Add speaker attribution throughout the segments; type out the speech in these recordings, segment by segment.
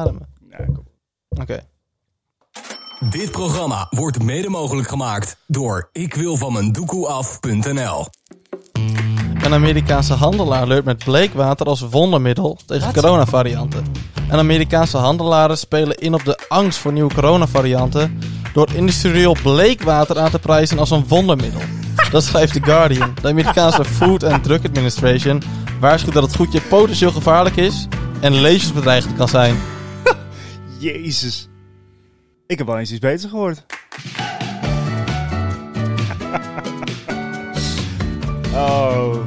Speaker 1: ademen. Oké.
Speaker 2: Dit programma wordt mede mogelijk gemaakt door ikwilvanmijndoekoeaf.nl.
Speaker 1: Een Amerikaanse handelaar leurt met bleekwater als wondermiddel tegen coronavarianten. En Amerikaanse handelaren spelen in op de angst voor nieuwe coronavarianten door industrieel bleekwater aan te prijzen als een wondermiddel. Dat schrijft The Guardian. De Amerikaanse Food and Drug Administration waarschuwt dat het goedje potentieel gevaarlijk is en levensbedreigend kan zijn.
Speaker 3: Jezus. Ik heb wel eens iets beters gehoord. oh.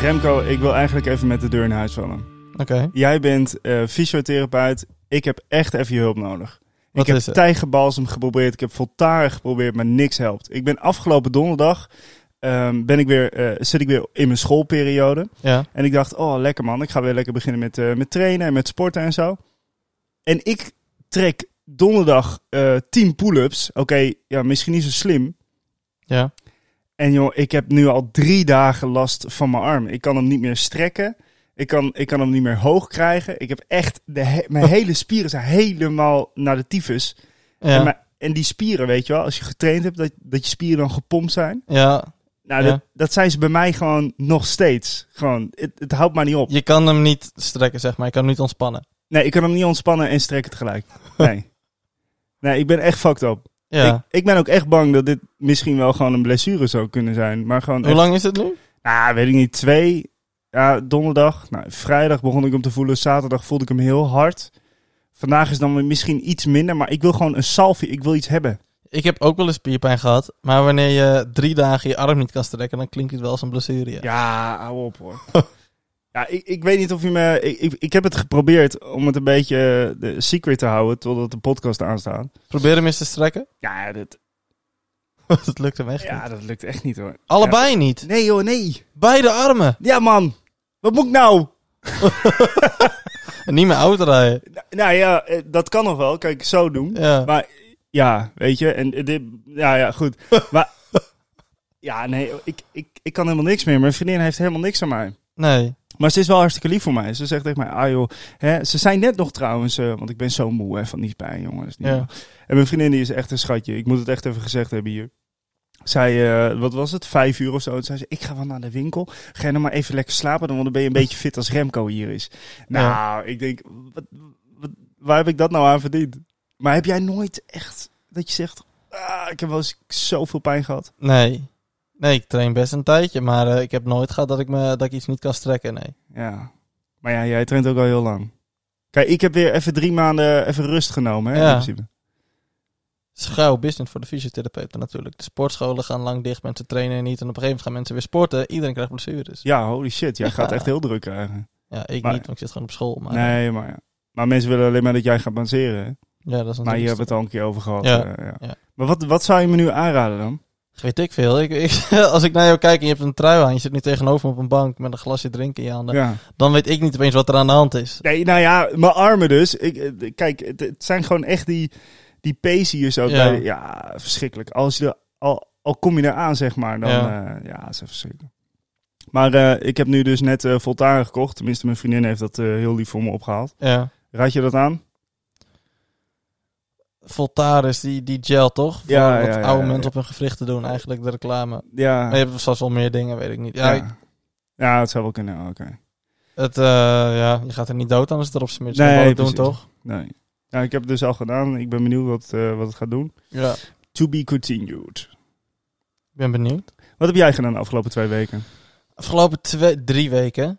Speaker 3: Remco, ik wil eigenlijk even met de deur in huis vallen.
Speaker 1: Oké.
Speaker 3: Jij bent eh, fysiotherapeut. Ik heb echt even je hulp nodig.
Speaker 1: Wat
Speaker 3: ik
Speaker 1: is
Speaker 3: heb
Speaker 1: het?
Speaker 3: tijgerbalsem geprobeerd. Ik heb Voltaren geprobeerd, maar niks helpt. Ik ben afgelopen donderdag... ehm, ben ik weer, eh, zit ik weer in mijn schoolperiode.
Speaker 1: Ja.
Speaker 3: En ik dacht, oh lekker man, ik ga weer lekker beginnen met, eh, met trainen en met sporten en zo. En ik trek donderdag eh 10 pull-ups. Oké, ja, misschien niet zo slim.
Speaker 1: Ja.
Speaker 3: En joh, ik heb nu al drie dagen last van mijn arm. Ik kan hem niet meer strekken. Ik kan, ik kan hem niet meer hoog krijgen. Ik heb echt, de he- mijn hele spieren zijn helemaal naar de tyfus. En,
Speaker 1: Ja.
Speaker 3: mijn- en die spieren, weet je wel, als je getraind hebt, dat, dat je spieren dan gepompt zijn.
Speaker 1: ja.
Speaker 3: Nou,
Speaker 1: Ja.
Speaker 3: dat, dat zijn ze bij mij gewoon nog steeds. Gewoon, het, het houdt maar niet op.
Speaker 1: Je kan hem niet strekken, zeg maar. Je kan hem niet ontspannen.
Speaker 3: Nee, ik kan hem niet ontspannen en strekken tegelijk. Nee. nee, ik ben echt fucked up.
Speaker 1: Ja.
Speaker 3: Ik, ik ben ook echt bang dat dit misschien wel gewoon een blessure zou kunnen zijn. Maar gewoon,
Speaker 1: Hoe lang is het nu?
Speaker 3: ah, weet ik niet, twee, ja, donderdag. Nou, vrijdag begon ik hem te voelen, zaterdag voelde ik hem heel hard. Vandaag is dan weer misschien iets minder, maar ik wil gewoon een salfie, ik wil iets hebben.
Speaker 1: Ik heb ook wel eens spierpijn gehad. Maar wanneer je drie dagen je arm niet kan strekken, dan klinkt het wel als een blessure. Ja.
Speaker 3: Ja, hou op hoor. ja, ik, ik weet niet of je me... Ik, ik, ik heb het geprobeerd om het een beetje eh, de secret te houden totdat de podcast aanstaat.
Speaker 1: Probeer hem eens te strekken.
Speaker 3: Ja, dat,
Speaker 1: Want het lukt hem echt niet.
Speaker 3: ja, dat lukt echt niet hoor.
Speaker 1: Allebei niet.
Speaker 3: Nee joh, nee.
Speaker 1: Beide armen.
Speaker 3: Ja man, wat moet ik nou?
Speaker 1: En niet meer auto rijden.
Speaker 3: Nou ja, eh, dat kan nog wel. Kijk, zo doen.
Speaker 1: Ja.
Speaker 3: Maar eh, ja, weet je. En eh, dit, ja, ja, goed. maar ja, nee, ik, ik, ik kan helemaal niks meer. Mijn vriendin heeft helemaal niks aan mij.
Speaker 1: Nee.
Speaker 3: Maar ze is wel hartstikke lief voor mij. Ze zegt tegen mij, ah joh, hè, ze zijn net nog trouwens, eh, want ik ben zo moe hè, van die pijn, jongens.
Speaker 1: Ja.
Speaker 3: En mijn vriendin die is echt een schatje. Ik moet het echt even gezegd hebben hier. Zij, eh, wat was het, vijf uur of zo. Toen zei ze, ik ga wel naar de winkel. Ga je nou maar even lekker slapen, dan- want dan ben je een beetje fit als Remco hier is. Nou, ik denk, wat, wat- waar heb ik dat nou aan verdiend? Maar heb jij nooit echt dat je zegt, ah, ik heb wel eens zoveel pijn gehad?
Speaker 1: Nee. Nee, ik train best een tijdje, maar eh, ik heb nooit gehad dat ik, me, dat ik iets niet kan strekken, nee.
Speaker 3: Ja. Maar ja, jij traint ook al heel lang. Kijk, ik heb weer even drie maanden even rust genomen, hè,
Speaker 1: Ja.
Speaker 3: in principe.
Speaker 1: Schouw business voor de fysiotherapeuten natuurlijk. De sportscholen gaan lang dicht, mensen trainen niet. En op een gegeven moment gaan mensen weer sporten. Iedereen krijgt blessures.
Speaker 3: Ja, holy shit, jij gaat
Speaker 1: Ja.
Speaker 3: echt heel druk krijgen.
Speaker 1: Ja, ik
Speaker 3: Maar-
Speaker 1: niet, want ik zit gewoon op school. Maar
Speaker 3: Nee, maar ja. Maar mensen willen alleen maar dat jij gaat baseren. hè?
Speaker 1: ja, dat is natuurlijk...
Speaker 3: Maar hier
Speaker 1: een
Speaker 3: hebben we het al een keer over gehad.
Speaker 1: Ja,
Speaker 3: eh, ja.
Speaker 1: ja.
Speaker 3: Maar wat, wat zou je me nu aanraden dan?
Speaker 1: Weet ik veel. Ik, ik- als ik naar jou kijk en je hebt een trui aan, je zit nu tegenover me op een bank met een glasje drinken in je handen,
Speaker 3: Ja.
Speaker 1: dan weet ik niet opeens wat er aan de hand is.
Speaker 3: Nee, nou ja, mijn armen dus. Ik, eh, kijk, het, het zijn gewoon echt die, die pees hier zo.
Speaker 1: Ja.
Speaker 3: Ja, ja verschrikkelijk. Als je er, al, al kom je eraan, zeg maar, dan...
Speaker 1: Ja.
Speaker 3: Ja, ja dat is even verschrikkelijk. Maar eh, ik heb nu dus net eh Voltaren gekocht. Tenminste, mijn vriendin heeft dat eh, heel lief voor me opgehaald.
Speaker 1: Ja.
Speaker 3: Raad je dat aan?
Speaker 1: Voltaris, die, die gel toch? Voor
Speaker 3: Ja,
Speaker 1: wat
Speaker 3: ja, ja,
Speaker 1: oude
Speaker 3: ja.
Speaker 1: mensen op hun gewrichten doen, eigenlijk de reclame.
Speaker 3: Ja.
Speaker 1: Maar je hebt vast wel meer dingen, weet ik niet. Ja, ik-
Speaker 3: ja. ja, het zou wel kunnen. Oké.
Speaker 1: het, eh, ja je gaat er niet dood aan als het erop smit. Nee,
Speaker 3: Nee,
Speaker 1: dat doen
Speaker 3: precies.
Speaker 1: toch?
Speaker 3: Nee. Nou, ik heb het dus al gedaan. Ik ben benieuwd wat, eh, wat het gaat doen.
Speaker 1: Ja,
Speaker 3: To be continued.
Speaker 1: ik ben benieuwd.
Speaker 3: Wat heb jij gedaan de afgelopen twee weken?
Speaker 1: Afgelopen twee, drie weken.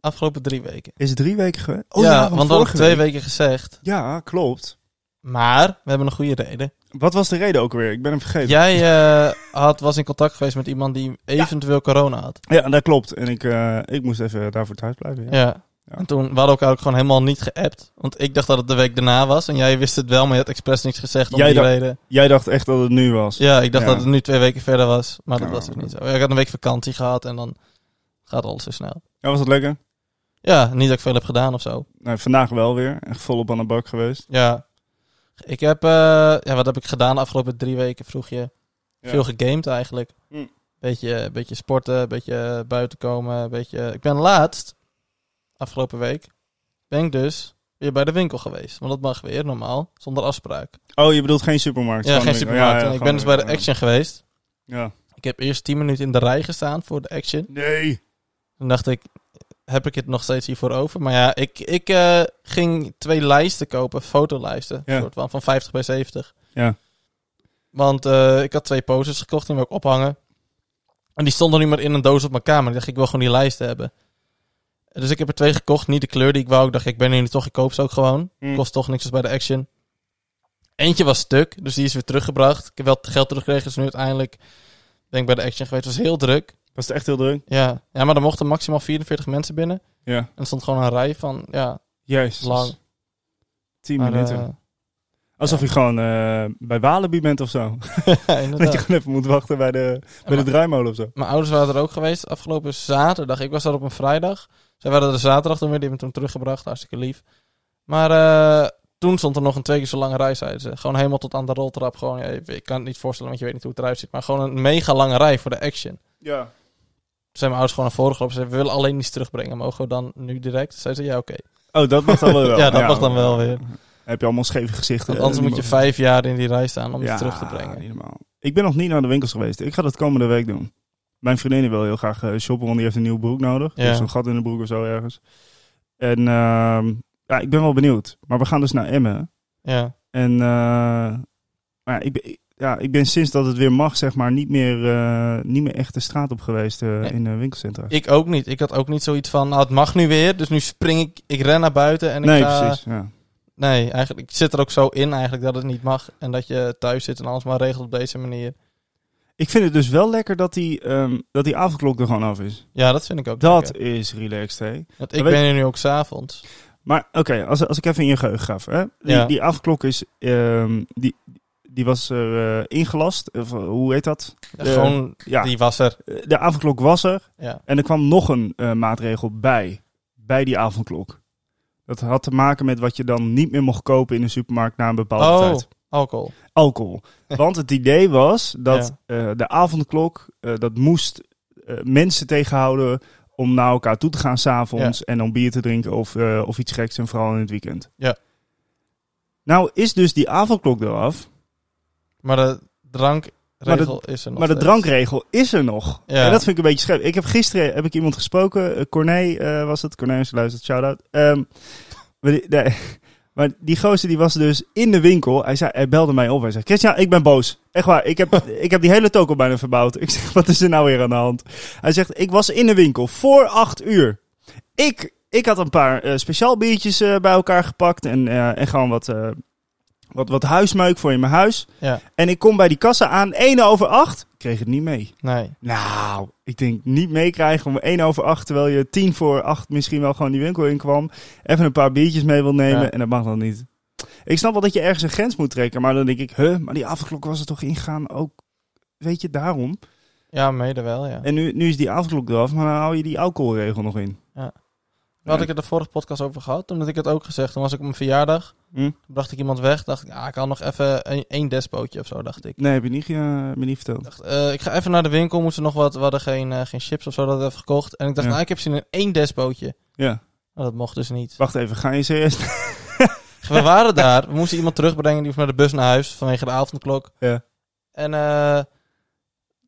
Speaker 1: Afgelopen drie weken.
Speaker 3: Is het drie weken geweest? Oh
Speaker 1: ja, want we hadden twee
Speaker 3: weken.
Speaker 1: weken gezegd.
Speaker 3: Ja, klopt.
Speaker 1: Maar we hebben een goede reden.
Speaker 3: Wat was de reden ook weer? Ik ben hem vergeten.
Speaker 1: Jij eh, had, was in contact geweest met iemand die eventueel corona had.
Speaker 3: Ja, dat klopt. En ik, eh, ik moest even daarvoor thuis blijven. Ja.
Speaker 1: Ja. En toen we hadden elkaar ook gewoon helemaal niet geappt. Want ik dacht dat het de week daarna was. En jij wist het wel, maar je had expres niks gezegd om
Speaker 3: Jij
Speaker 1: die
Speaker 3: dacht-
Speaker 1: reden.
Speaker 3: Jij dacht echt dat het nu was.
Speaker 1: Ja, ik dacht
Speaker 3: Ja.
Speaker 1: dat het nu twee weken verder was. Maar dat
Speaker 3: Ja.
Speaker 1: was het niet zo. Ja, Ik had een week vakantie gehad en dan gaat alles zo snel.
Speaker 3: Ja, was dat lekker?
Speaker 1: Ja, niet dat ik veel heb gedaan of zo.
Speaker 3: Nee, vandaag wel weer. Echt volop aan de bak geweest.
Speaker 1: Ja. Ik heb... eh, ja, wat heb ik gedaan de afgelopen drie weken, vroeg je?
Speaker 3: Ja.
Speaker 1: Veel gegamed eigenlijk.
Speaker 3: Hm.
Speaker 1: Beetje, beetje sporten, beetje buiten komen. Beetje... Ik ben laatst, afgelopen week, ben ik dus weer bij de winkel geweest. Want dat mag weer, normaal, zonder afspraak.
Speaker 3: Oh, je bedoelt geen supermarkt?
Speaker 1: Ja, geen
Speaker 3: Gewoon een winkel.
Speaker 1: supermarkt.
Speaker 3: Ja, ja,
Speaker 1: ik ben dus
Speaker 3: gewoon
Speaker 1: bij de
Speaker 3: een winkel,
Speaker 1: Action geweest.
Speaker 3: Ja.
Speaker 1: Ik heb eerst 10 minuten in de rij gestaan voor de Action.
Speaker 3: Nee.
Speaker 1: Toen dacht ik, heb ik het nog steeds hiervoor over? Maar ja, ik, ik eh, ging twee lijsten kopen, fotolijsten,
Speaker 3: Ja.
Speaker 1: soort van, van 50 bij 70.
Speaker 3: Ja.
Speaker 1: Want eh, ik had twee posters gekocht, die wil ik ophangen. En die stonden niet meer in een doos op mijn kamer. Ik dacht, ik wil gewoon die lijsten hebben. Dus ik heb er twee gekocht, niet de kleur die ik wou. Ik dacht, ik ben hier nu toch, ik koop ze ook gewoon.
Speaker 3: Mm.
Speaker 1: Kost toch niks als bij de Action. Eentje was stuk, dus die is weer teruggebracht. Ik heb wel het geld teruggekregen, dus nu uiteindelijk ben ik bij de Action geweest. Het was heel druk.
Speaker 3: Was het echt heel druk?
Speaker 1: Ja. ja, maar er mochten maximaal 44 mensen binnen.
Speaker 3: Ja.
Speaker 1: En er stond gewoon een rij van, ja, eh,
Speaker 3: Jezus.
Speaker 1: Lang.
Speaker 3: 10
Speaker 1: maar,
Speaker 3: minuten. Alsof je gewoon eh, bij Walibi bent of zo.
Speaker 1: eh,
Speaker 3: Dat je
Speaker 1: inderdaad.
Speaker 3: gewoon even moet wachten bij de, bij de
Speaker 1: maar-
Speaker 3: draaimolen of zo.
Speaker 1: Mijn ouders waren er ook geweest afgelopen zaterdag. Ik was daar op een vrijdag. Zij waren er zaterdag toen weer, die hebben me toen teruggebracht. Hartstikke lief. Maar eh, toen stond er nog een twee keer zo lange rij, zeiden ze. Gewoon helemaal tot aan de roltrap. Gewoon, ja, ik kan het niet voorstellen, want je weet niet hoe het eruit ziet. Maar gewoon een mega lange rij voor de action.
Speaker 3: Ja.
Speaker 1: Toen zijn mijn ouders gewoon naar voren gelopen. Ze zeiden, we willen alleen iets terugbrengen. Mogen we dan nu direct? Zeiden ze, ja, oké.
Speaker 3: Oh, dat mag dan wel.
Speaker 1: Ja, dat mag dan wel weer.
Speaker 3: Heb je allemaal scheve gezichten.
Speaker 1: Want anders
Speaker 3: eh, die
Speaker 1: moet je
Speaker 3: mogen-
Speaker 1: vijf jaar in die rij staan om het terug te brengen.
Speaker 3: niet normaal. Ik ben nog niet naar de winkels geweest. Ik ga dat komende week doen. Mijn vriendin wil heel graag eh, shoppen, want die heeft een nieuw broek nodig.
Speaker 1: Ja.
Speaker 3: Dus een gat in de broek of zo ergens. En ehm, ja, ik ben wel benieuwd. Maar we gaan dus naar Emmen.
Speaker 1: Ja.
Speaker 3: En eh, maar ja, ik, ben, ik- ja, ik ben sinds dat het weer mag, zeg maar, niet meer, eh, niet meer echt de straat op geweest eh,
Speaker 1: Nee.
Speaker 3: in eh, winkelcentra.
Speaker 1: Ik ook niet. Ik had ook niet zoiets van, nou het mag nu weer, dus nu spring ik, ik ren naar buiten en
Speaker 3: nee,
Speaker 1: ik ga...
Speaker 3: precies. Ja.
Speaker 1: Nee, eigenlijk ik zit er ook zo in eigenlijk dat het niet mag en dat je thuis zit en alles maar regelt op deze manier.
Speaker 3: Ik vind het dus wel lekker dat die, ehm, dat die avondklok er gewoon af is.
Speaker 1: Ja, dat vind ik ook
Speaker 3: Dat
Speaker 1: lekker.
Speaker 3: is relaxed, hè.
Speaker 1: Want ik
Speaker 3: weet-
Speaker 1: ben er nu ook s'avonds.
Speaker 3: Maar oké, als, als ik even in je geheugen gaf. Hè? Die,
Speaker 1: Ja.
Speaker 3: die afklok is... ehm, die, die was er eh, ingelast. Of, eh, hoe heet dat?
Speaker 1: Ja,
Speaker 3: Eh,
Speaker 1: Gewoon,
Speaker 3: ja.
Speaker 1: die was er.
Speaker 3: Eh, De avondklok was er.
Speaker 1: Ja.
Speaker 3: En er kwam nog een eh, maatregel bij. Bij die avondklok. Dat had te maken met wat je dan niet meer mocht kopen in een supermarkt na een bepaalde
Speaker 1: Oh,
Speaker 3: tijd.
Speaker 1: alcohol.
Speaker 3: Alcohol. Want het idee was dat eh, de avondklok, eh, dat moest eh, mensen tegenhouden om naar elkaar toe te gaan s'avonds en om bier te drinken of, eh, of iets geks en vooral in het weekend.
Speaker 1: Ja.
Speaker 3: Nou is dus die avondklok eraf,
Speaker 1: Maar de drankregel is er nog
Speaker 3: maar de
Speaker 1: steeds.
Speaker 3: drankregel is er nog.
Speaker 1: Ja.
Speaker 3: En dat vind ik een beetje scheef. Ik heb gisteren heb ik iemand gesproken, eh, Corné eh, was het, Corné als je luistert, shout-out. Ehm, maar, die, nee, maar die gozer die was dus in de winkel, hij, zei, hij belde mij op, hij zei, Christian, ik ben boos. Echt waar, ik heb, ik heb die hele toko bijna verbouwd. Ik zeg, wat is er nou weer aan de hand? Hij zegt, ik was in de winkel voor acht uur. Ik, ik had een paar eh, speciaal biertjes eh, bij elkaar gepakt en, eh, en gewoon wat, eh, wat, wat huismeuk voor in mijn huis.
Speaker 1: Ja.
Speaker 3: En ik kom bij die kassa aan, 1 over 8, kreeg het niet mee.
Speaker 1: Nee.
Speaker 3: Nou, ik denk niet meekrijgen om 1 over 8, terwijl je 10 voor 8 misschien wel gewoon die winkel in kwam. Even een paar biertjes mee wil nemen
Speaker 1: Ja.
Speaker 3: en dat mag dan niet. Ik snap wel dat je ergens een grens moet trekken, maar dan denk ik, huh, maar die avondklok was er toch ingegaan ook, weet je, daarom.
Speaker 1: Ja, mede wel, ja.
Speaker 3: En nu, nu is die avondklok eraf, maar dan hou je die alcoholregel nog in.
Speaker 1: Daar had ik het de vorige podcast over gehad, omdat ik het ook gezegd. Toen was ik op mijn verjaardag,
Speaker 3: Hm?
Speaker 1: bracht ik iemand weg, dacht ik, ah, ik had nog even een- één despootje of zo, dacht ik.
Speaker 3: Nee, heb je niet, ge- eh, me niet verteld.
Speaker 1: dacht, eh, ik ga even naar de winkel. Moesten nog wat. We hadden geen, eh, geen chips of zo. Dat hadden we even gekocht. En ik dacht,
Speaker 3: Ja.
Speaker 1: nou, ik heb zin in één despootje.
Speaker 3: Ja,
Speaker 1: Nou, dat mocht dus niet. Dus
Speaker 3: wacht even, ga je serieus?
Speaker 1: We waren daar. We moesten iemand terugbrengen. Die moest met de bus naar huis vanwege de avondklok.
Speaker 3: Ja.
Speaker 1: En eh,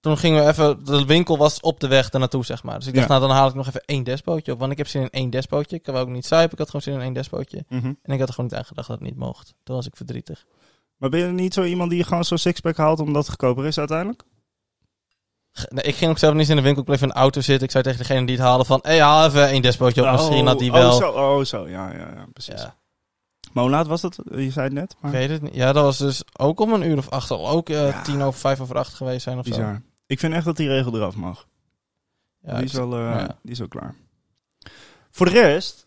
Speaker 1: toen gingen we even... De winkel was op de weg daarnaartoe, zeg maar. Dus ik dacht,
Speaker 3: Ja.
Speaker 1: nou, dan haal ik nog even één despootje op. Want ik heb zin in één despootje. Ik kan ook niet zuipen. Ik had gewoon zin in één despootje.
Speaker 3: Mhm.
Speaker 1: En ik had er gewoon niet aan gedacht dat het niet mocht. Toen was ik verdrietig.
Speaker 3: Maar ben je niet zo iemand die gewoon zo'n sixpack haalt omdat het goedkoper is uiteindelijk?
Speaker 1: Ge- Nee, ik ging ook zelf niet eens in de winkel. Ik bleef in de auto zitten. Ik zei tegen degene die het haalde van... Hé, hey, haal even één despootje op. Misschien had die wel...
Speaker 3: Oh, zo, oh, zo. Ja, ja, ja, precies.
Speaker 1: Ja.
Speaker 3: Maar hoe laat was dat? Je zei het net. Maar...
Speaker 1: Ik weet het niet. Ja, dat was dus ook om een uur of acht al. Ook eh,
Speaker 3: Ja.
Speaker 1: tien over vijf over acht geweest zijn of zo.
Speaker 3: Bizar. Ik vind echt dat die regel eraf mag.
Speaker 1: Ja,
Speaker 3: die,
Speaker 1: ik-
Speaker 3: is wel, eh,
Speaker 1: ja.
Speaker 3: die is wel klaar. Voor de rest...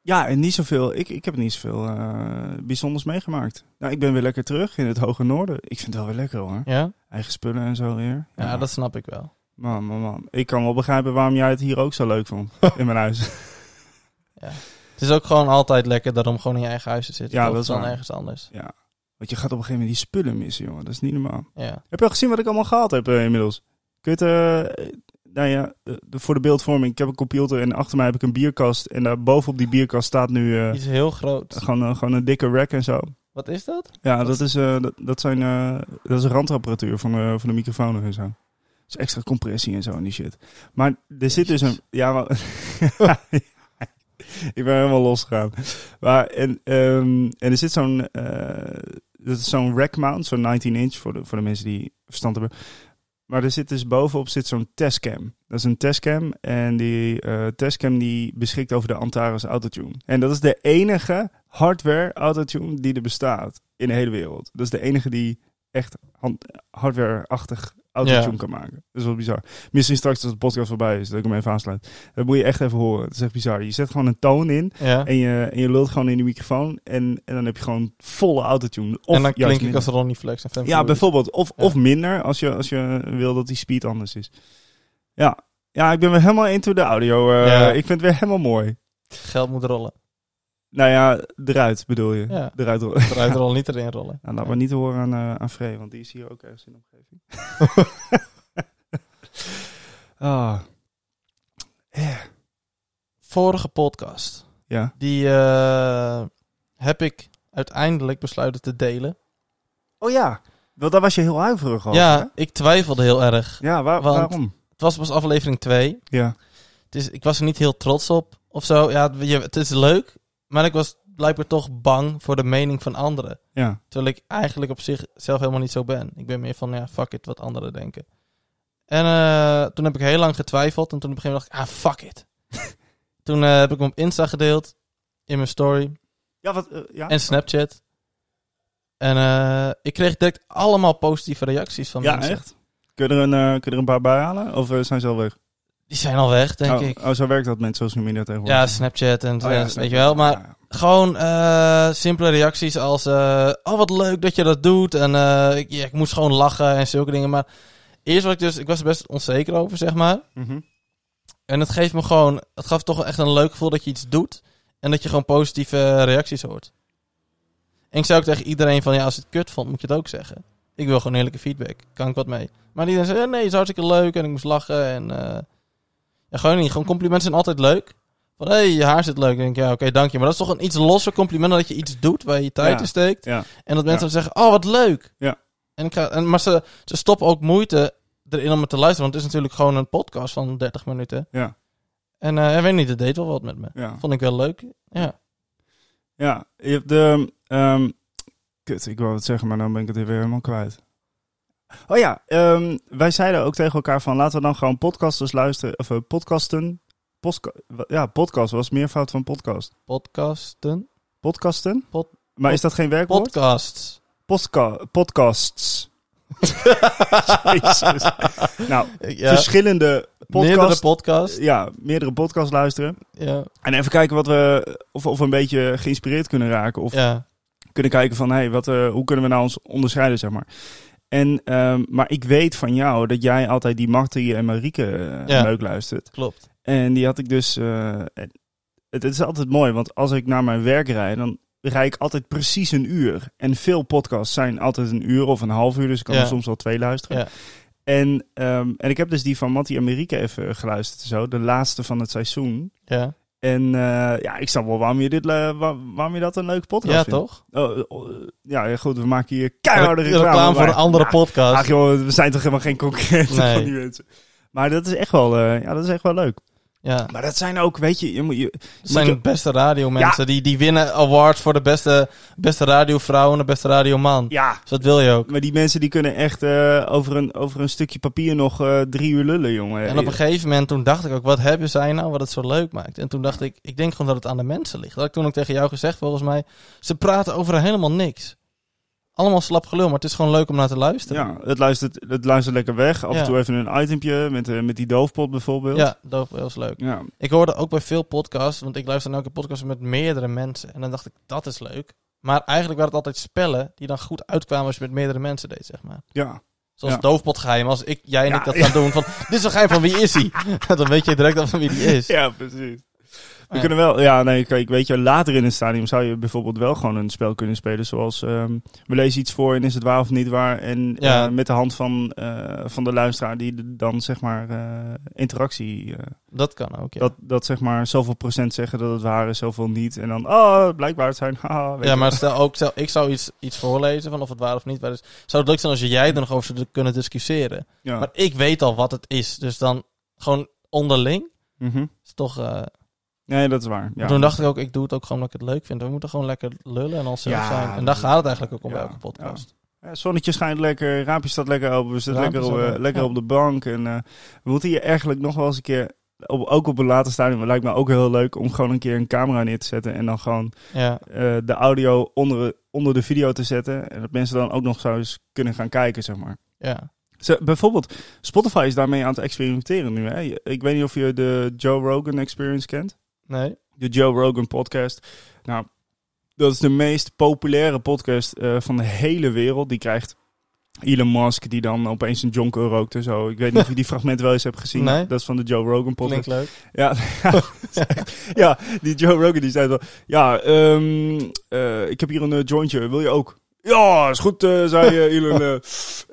Speaker 3: Ja, en niet zoveel. Ik, ik heb niet zoveel eh, bijzonders meegemaakt. Nou, ik ben weer lekker terug in het hoge noorden. Ik vind het wel weer lekker hoor.
Speaker 1: ja?
Speaker 3: Eigen spullen en zo weer.
Speaker 1: Ja, dat snap ik wel.
Speaker 3: Man, man, man. Ik kan wel begrijpen waarom jij het hier ook zo leuk vond. In mijn huis.
Speaker 1: Het is ook gewoon altijd lekker daarom gewoon in je eigen huis te zitten.
Speaker 3: Ja,
Speaker 1: toch?
Speaker 3: dat is
Speaker 1: dan
Speaker 3: waar.
Speaker 1: ergens anders.
Speaker 3: Want je gaat op een gegeven moment die spullen missen, jongen. Dat is niet normaal.
Speaker 1: Ja.
Speaker 3: Heb je al gezien wat ik allemaal gehaald heb eh, inmiddels? Kun je het... eh, nou ja, de- de- voor de beeldvorming, ik heb een computer en achter mij heb ik een bierkast. En daar bovenop die bierkast staat nu eh,
Speaker 1: Iets heel groot.
Speaker 3: gewoon, eh, gewoon een dikke rack en zo.
Speaker 1: Wat is dat?
Speaker 3: Ja, dat is, eh, dat, dat zijn, eh, dat is randapparatuur van, eh, van de microfoon en zo. Dus extra compressie en zo en die shit. Maar er zit dus een... Ja, maar, ik ben helemaal losgegaan. Maar, en, ehm, en er zit zo'n... eh, dat is zo'n rack mount, zo'n 19 inch, voor de, voor de mensen die verstand hebben. Maar er zit dus bovenop zit zo'n testcam. Dat is een testcam en die eh, testcam die beschikt over de Antares Autotune. En dat is de enige hardware autotune die er bestaat in de hele wereld. Dat is de enige die echt hand- hardware-achtig autotune
Speaker 1: Ja.
Speaker 3: kan maken. Dat is wel bizar. Misschien straks als de podcast voorbij is, dat ik hem even aansluit. Dat moet je echt even horen. Dat is echt bizar. Je zet gewoon een toon in
Speaker 1: Ja.
Speaker 3: en je, en je lult gewoon in de microfoon en, en dan heb je gewoon volle autotune. Of
Speaker 1: en dan
Speaker 3: juist
Speaker 1: klink ik
Speaker 3: minder.
Speaker 1: als Ronnie Flex en Fem
Speaker 3: Ja,
Speaker 1: Fury.
Speaker 3: bijvoorbeeld. Of,
Speaker 1: Ja.
Speaker 3: of minder als je, als je wil dat die speed anders is. Ja. ja, ik ben weer helemaal into de audio. eh,
Speaker 1: Ja.
Speaker 3: Ik vind het weer helemaal mooi.
Speaker 1: Geld moet rollen.
Speaker 3: Nou ja, eruit bedoel je.
Speaker 1: Ja.
Speaker 3: Eruit. rol-
Speaker 1: Eruit rollen, niet erin rollen.
Speaker 3: Nou, laat maar niet horen aan, eh aan Frey, want die is hier ook ergens in de omgeving. ah,
Speaker 1: Vorige podcast,
Speaker 3: Eh, ja.
Speaker 1: die eh, heb ik uiteindelijk besluiten te delen.
Speaker 3: Oh ja, want daar was je heel huiverig over.
Speaker 1: ja,
Speaker 3: hè?
Speaker 1: ik twijfelde heel erg.
Speaker 3: ja waar-
Speaker 1: want-
Speaker 3: waarom?
Speaker 1: Het was pas aflevering 2.
Speaker 3: Ja.
Speaker 1: Het is, ik was er niet heel trots op of zo. Ja, het, je- het is leuk, maar ik was blijkbaar toch bang voor de mening van anderen.
Speaker 3: ja,
Speaker 1: Terwijl ik eigenlijk op zich zelf helemaal niet zo ben. Ik ben meer van, ja, fuck it, wat anderen denken. En eh, toen heb ik heel lang getwijfeld. En toen op een gegeven moment dacht ik, ah, fuck it. toen eh, heb ik hem op Insta gedeeld. In mijn story.
Speaker 3: ja. Wat, eh, ja?
Speaker 1: En Snapchat. En eh, ik kreeg direct allemaal positieve reacties van
Speaker 3: ja,
Speaker 1: mensen.
Speaker 3: echt? Kun je, er een, eh, kun je er een paar bij halen? Of eh, zijn ze al weg?
Speaker 1: Die zijn al weg, denk
Speaker 3: oh,
Speaker 1: ik.
Speaker 3: oh, zo werkt dat met social media tegenwoordig.
Speaker 1: Ja, Snapchat en
Speaker 3: Oh ja,
Speaker 1: eh,
Speaker 3: snap
Speaker 1: weet je
Speaker 3: ik.
Speaker 1: wel. Maar
Speaker 3: Ja.
Speaker 1: Gewoon eh, simpele reacties als... eh, oh, wat leuk dat je dat doet. En eh, ik, ja, ik moest gewoon lachen en zulke dingen. Maar eerst was ik dus... Ik was er best onzeker over, zeg maar.
Speaker 3: Mhm.
Speaker 1: En het geeft me gewoon... Het gaf toch echt een leuk gevoel dat je iets doet. En dat je gewoon positieve reacties hoort. En ik zou ook tegen iedereen van... Ja, als je het kut vond, moet je het ook zeggen. Ik wil gewoon eerlijke feedback. Kan ik wat mee? Maar iedereen zei... ja, nee, het is hartstikke leuk. En ik moest lachen. En eh, ja, gewoon niet. Gewoon complimenten zijn altijd leuk. Van, hé, hey, je haar zit leuk. Dan denk ik, ja, oké, dank je. Maar dat is toch een iets losser compliment dan dat je iets doet waar je je tijd
Speaker 3: Ja,
Speaker 1: in steekt.
Speaker 3: ja.
Speaker 1: En dat mensen dan zeggen, oh, wat leuk.
Speaker 3: Ja.
Speaker 1: En ik ga, en, maar ze, ze stoppen ook moeite erin om het te luisteren. Want het is natuurlijk gewoon een podcast van 30 minuten.
Speaker 3: Ja.
Speaker 1: En eh, ik weet niet, het deed wel wat met me.
Speaker 3: Ja.
Speaker 1: Vond ik wel leuk. Ja.
Speaker 3: Ja, je hebt de. ehm, kut, ik wou het zeggen, maar dan ben ik het weer helemaal kwijt. Oh ja, ehm, wij zeiden ook tegen elkaar van laten we dan gewoon podcasters luisteren. Of eh, podcasten. Postka- wa- ja, podcast was meervoud van podcast.
Speaker 1: Podcasten.
Speaker 3: Podcasten?
Speaker 1: Pod-
Speaker 3: maar is dat geen werkwoord?
Speaker 1: Podcasts.
Speaker 3: Postka- podcasts. Jezus. Nou,
Speaker 1: Ja.
Speaker 3: verschillende
Speaker 1: Meerdere
Speaker 3: podcasts.
Speaker 1: podcast.
Speaker 3: ja, meerdere podcasts luisteren.
Speaker 1: Ja.
Speaker 3: En even kijken wat we, of, of we een beetje geïnspireerd kunnen raken. Of
Speaker 1: Ja.
Speaker 3: kunnen kijken van, hey, wat, eh, hoe kunnen we nou ons onderscheiden, zeg maar. En, ehm, maar ik weet van jou dat jij altijd die Martie en Marieke eh,
Speaker 1: Ja.
Speaker 3: leuk luistert.
Speaker 1: Klopt.
Speaker 3: En die had ik dus... eh, en het, het is altijd mooi, want als ik naar mijn werk rijd, dan rijd ik altijd precies een uur. En veel podcasts zijn altijd een uur of een half uur, dus ik kan
Speaker 1: Ja.
Speaker 3: er soms wel twee luisteren.
Speaker 1: Ja.
Speaker 3: En, ehm, en ik heb dus die van Mattie en Marieke even geluisterd, zo, de laatste van het seizoen.
Speaker 1: Ja.
Speaker 3: En eh, ja, ik snap wel waarom je, dit, le- waar- waarom je dat een leuke podcast
Speaker 1: Ja,
Speaker 3: vindt.
Speaker 1: toch?
Speaker 3: Oh, oh, ja, ja, goed, we maken hier keiharde reclame.
Speaker 1: voor een
Speaker 3: maar-
Speaker 1: andere
Speaker 3: Ja,
Speaker 1: podcast.
Speaker 3: Ach joh, we zijn toch helemaal geen concurrenten
Speaker 1: Nee.
Speaker 3: van die mensen. Maar dat is echt wel, eh, ja, dat is echt wel leuk.
Speaker 1: Ja.
Speaker 3: Maar dat zijn ook, weet je, je, moet, je
Speaker 1: Het zijn de
Speaker 3: Moet
Speaker 1: beste radiomensen. Die, die winnen awards voor de beste, beste radiovrouw en de beste radioman.
Speaker 3: ja,
Speaker 1: Dus dat wil je ook.
Speaker 3: maar die mensen die kunnen echt eh, over, een, over een stukje papier nog eh, drie uur lullen, jongen.
Speaker 1: En op een gegeven moment toen dacht ik ook, wat hebben zij nou wat het zo leuk maakt? En toen dacht ik, ik denk gewoon dat het aan de mensen ligt. Dat had ik toen ook tegen jou gezegd, volgens mij. Ze praten over helemaal niks. Allemaal slap gelul, maar het is gewoon leuk om naar te luisteren.
Speaker 3: ja, het luistert, het luistert lekker weg. Af
Speaker 1: Ja.
Speaker 3: en toe even een itempje met, eh, met die doofpot bijvoorbeeld.
Speaker 1: Ja, dat was leuk.
Speaker 3: ja.
Speaker 1: Ik hoorde ook bij veel podcasts, want ik luister naar elke podcast met meerdere mensen. En dan dacht ik, dat is leuk. Maar eigenlijk waren het altijd spellen die dan goed uitkwamen als je met meerdere mensen deed, zeg maar.
Speaker 3: ja.
Speaker 1: Zoals
Speaker 3: Ja.
Speaker 1: doofpotgeheim. Als ik, jij en
Speaker 3: Ja,
Speaker 1: ik dat gaan doen. Van, dit is een geheim van wie is hij? dan weet je direct al van wie die is.
Speaker 3: Ja, precies. We kunnen wel, ja, nee, kijk, weet je, later in het stadium zou je bijvoorbeeld wel gewoon een spel kunnen spelen. Zoals ehm, we lezen iets voor en is het waar of niet waar. En
Speaker 1: Ja.
Speaker 3: eh, met de hand van, eh, van de luisteraar die de- dan zeg maar eh, interactie. eh,
Speaker 1: Dat kan ook, ja.
Speaker 3: dat, dat zeg maar zoveel procent zeggen dat het waar is, zoveel niet. En dan, oh, blijkbaar het zijn. Haha, weet
Speaker 1: ja,
Speaker 3: je.
Speaker 1: maar stel ook, stel, ik zou iets, iets voorlezen van of het waar of niet waar is. Zou het leuk zijn als jij er nog over zou kunnen discussiëren.
Speaker 3: Ja.
Speaker 1: Maar ik weet al wat het is, dus dan gewoon onderling
Speaker 3: Mhm.
Speaker 1: is toch... eh,
Speaker 3: Nee, dat is waar. Ja.
Speaker 1: toen dacht ik ook, ik doe het ook gewoon omdat ik het leuk vind. We moeten gewoon lekker lullen en onszelf
Speaker 3: Ja,
Speaker 1: zijn. En daar
Speaker 3: dat-
Speaker 1: gaat het eigenlijk ook om
Speaker 3: ja,
Speaker 1: bij elke podcast.
Speaker 3: Eh, Zonnetje schijnt lekker, raampje staat lekker open, we zitten
Speaker 1: Raampje
Speaker 3: lekker, op,
Speaker 1: staat
Speaker 3: eh,
Speaker 1: open,
Speaker 3: lekker
Speaker 1: ja.
Speaker 3: op de bank. En eh, we moeten hier eigenlijk nog wel eens een keer, op, ook op een later stadium, maar lijkt me ook heel leuk om gewoon een keer een camera neer te zetten. En dan gewoon
Speaker 1: Ja.
Speaker 3: eh, de audio onder, onder de video te zetten. En dat mensen dan ook nog zo eens kunnen gaan kijken, zeg maar.
Speaker 1: ja.
Speaker 3: Ze, bijvoorbeeld, Spotify is daarmee aan het experimenteren nu. Hè? Je- Ik weet niet of je de Joe Rogan Experience kent.
Speaker 1: Nee?
Speaker 3: De Joe Rogan Podcast. Nou, dat is de meest populaire podcast eh, van de hele wereld. Die krijgt Elon Musk, die dan opeens een jonker rookt en zo. Ik weet niet of je die fragmenten wel eens hebt gezien.
Speaker 1: Nee.
Speaker 3: Dat is van de Joe Rogan Podcast.
Speaker 1: Klinkt leuk.
Speaker 3: Ja, ja, die Joe Rogan die zei dan... Ja, ehm, eh, ik heb hier een eh, jointje, wil je ook? Ja, is goed, eh, zei eh, Elon. eh,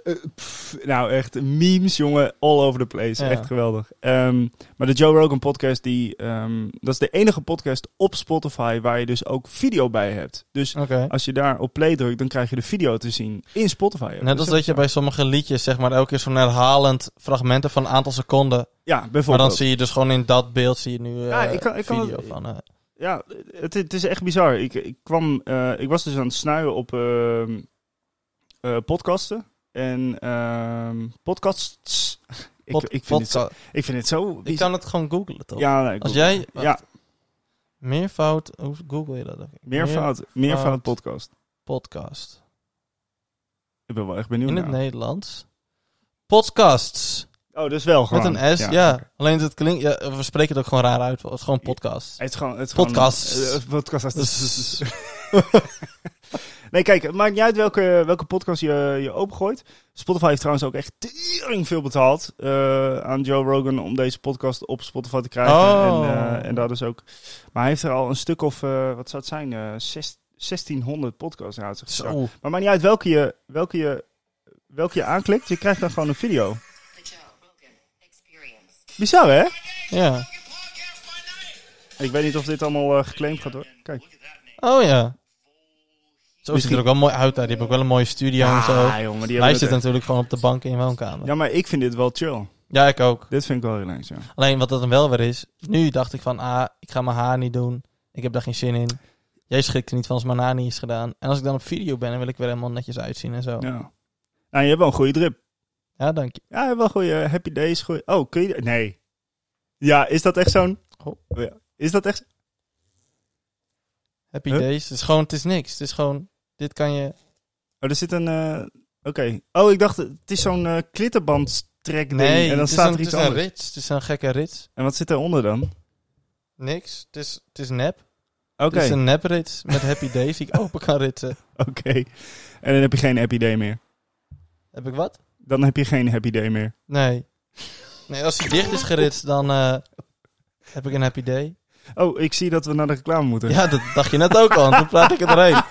Speaker 3: eh, pff. nou, echt memes, jongen, all over the place.
Speaker 1: Ja.
Speaker 3: Echt geweldig. Ehm, maar de Joe Rogan podcast, die, ehm, dat is de enige podcast op Spotify waar je dus ook video bij hebt. Dus
Speaker 1: Oké.
Speaker 3: als je daar op play drukt, dan krijg je de video te zien in Spotify. Dus
Speaker 1: Net als Nou, dat je bij sommige liedjes, zeg maar, elke keer zo'n herhalend fragmenten van een aantal seconden.
Speaker 3: Ja,
Speaker 1: Maar
Speaker 3: bijvoorbeeld.
Speaker 1: dan zie je dus gewoon in dat beeld, zie je nu eh
Speaker 3: Ja, ik kan- ik kan
Speaker 1: video
Speaker 3: het-
Speaker 1: van... eh,
Speaker 3: Ja, het, het is echt bizar. Ik, ik, kwam, eh, ik was dus aan het snuien op ehm, eh, podcasten. En ehm, podcasts. Ik,
Speaker 1: pod-
Speaker 3: ik, vind het zo,
Speaker 1: podca-
Speaker 3: ik vind het zo.
Speaker 1: ik
Speaker 3: bizar.
Speaker 1: kan het gewoon googlen, toch?
Speaker 3: ja, nee,
Speaker 1: Als
Speaker 3: Google.
Speaker 1: jij... wacht.
Speaker 3: ja,
Speaker 1: Meervoud... Hoe google je dat? ook?
Speaker 3: meervoud, meervoud podcast.
Speaker 1: Podcast.
Speaker 3: Ik ben wel echt benieuwd.
Speaker 1: In het
Speaker 3: naar.
Speaker 1: Nederlands. Podcasts.
Speaker 3: Oh, dus wel gewoon.
Speaker 1: Met een S, ja.
Speaker 3: oké.
Speaker 1: Alleen dat klinkt... Ja, we spreken het ook gewoon raar uit. Het is gewoon podcast.
Speaker 3: Het is gewoon. Het is
Speaker 1: Podcasts.
Speaker 3: Gewoon, eh, podcasts.
Speaker 1: Dus-
Speaker 3: Nee, kijk, het maakt niet uit welke, welke podcast je, je opengooit. Spotify heeft trouwens ook echt tering veel betaald eh, aan Joe Rogan om deze podcast op Spotify te krijgen.
Speaker 1: Oh.
Speaker 3: En, eh, en dat is ook. Maar hij heeft er al een stuk of, eh, wat zou het zijn, eh, zes- 1600 podcasts uit zich gezakt.
Speaker 1: Zo.
Speaker 3: Maar maakt niet uit welke je, welke, je, welke je aanklikt, je krijgt dan gewoon een video.
Speaker 4: The Joe Rogan Experience.
Speaker 3: Bizar, hè?
Speaker 1: Ja.
Speaker 3: Ik weet niet of dit allemaal eh, geclaimd gaat hoor. Kijk.
Speaker 1: Oh ja. Zo ziet het
Speaker 3: Misschien-
Speaker 1: er ook wel mooi uit daar. Die hebben ook wel een mooie studio en zo.
Speaker 3: Ah, jongen, die hebben
Speaker 1: Hij
Speaker 3: het
Speaker 1: zit
Speaker 3: echt-
Speaker 1: natuurlijk gewoon op de bank in je woonkamer. Ja.
Speaker 3: Ja, maar ik vind dit wel chill.
Speaker 1: ik ook.
Speaker 3: Dit vind ik wel relaxed, ja.
Speaker 1: Alleen wat dat dan wel weer is. Nu dacht ik van, ah, ik ga mijn haar niet doen. Ik heb daar geen zin in. Jij schrikt er niet van als mijn haar niet is gedaan. En als ik dan op video ben, dan wil ik weer helemaal netjes uitzien en zo. Ja,
Speaker 3: ja. Nou, je hebt wel een goede drip.
Speaker 1: dank je.
Speaker 3: Ja, wel goede happy days. Goeie... Oh, kun je... Nee. Ja, is dat echt zo'n...
Speaker 1: Oh.
Speaker 3: Ja. Is dat echt...
Speaker 1: Happy
Speaker 3: Huh?
Speaker 1: days. Het is gewoon, het is niks. Het is gewoon, dit kan je...
Speaker 3: Oh, er zit een... eh, Oké. Oh, ik dacht, het is zo'n eh klitterbandstrek ding.
Speaker 1: Nee,
Speaker 3: en dan
Speaker 1: het is
Speaker 3: staat
Speaker 1: een-
Speaker 3: er iets
Speaker 1: het is een
Speaker 3: anders.
Speaker 1: rits. Het is een gekke rits.
Speaker 3: En wat zit eronder dan? Oké.
Speaker 1: Niks. Het is, het is nep. Het is een neprits met happy days die ik open kan ritsen.
Speaker 3: Oké. En dan heb je geen happy day meer.
Speaker 1: Heb ik wat?
Speaker 3: Dan heb je geen happy day meer.
Speaker 1: Nee. Nee, als hij dicht is geritst, dan eh, heb ik een happy day.
Speaker 3: Oh, ik zie dat we naar de reclame moeten.
Speaker 1: Ja, dat dacht je net ook al. en Toen praat ik het erheen.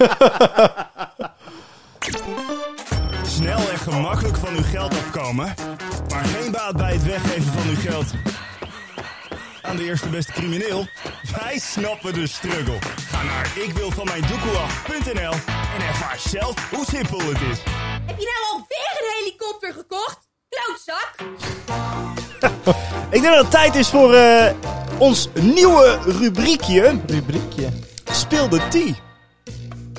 Speaker 2: Snel en gemakkelijk van uw geld afkomen, maar geen baat bij het weggeven van uw geld. Aan de eerste beste crimineel, wij snappen de struggle. Ga naar ikwilvanmijndoekoeaf.nl en ervaar zelf hoe simpel het is.
Speaker 5: Heb je nou alweer een helikopter gekocht? Klootzak!
Speaker 3: Ik denk dat het tijd is voor eh, ons nieuwe rubriekje.
Speaker 1: Rubriekje.
Speaker 3: Speel de T.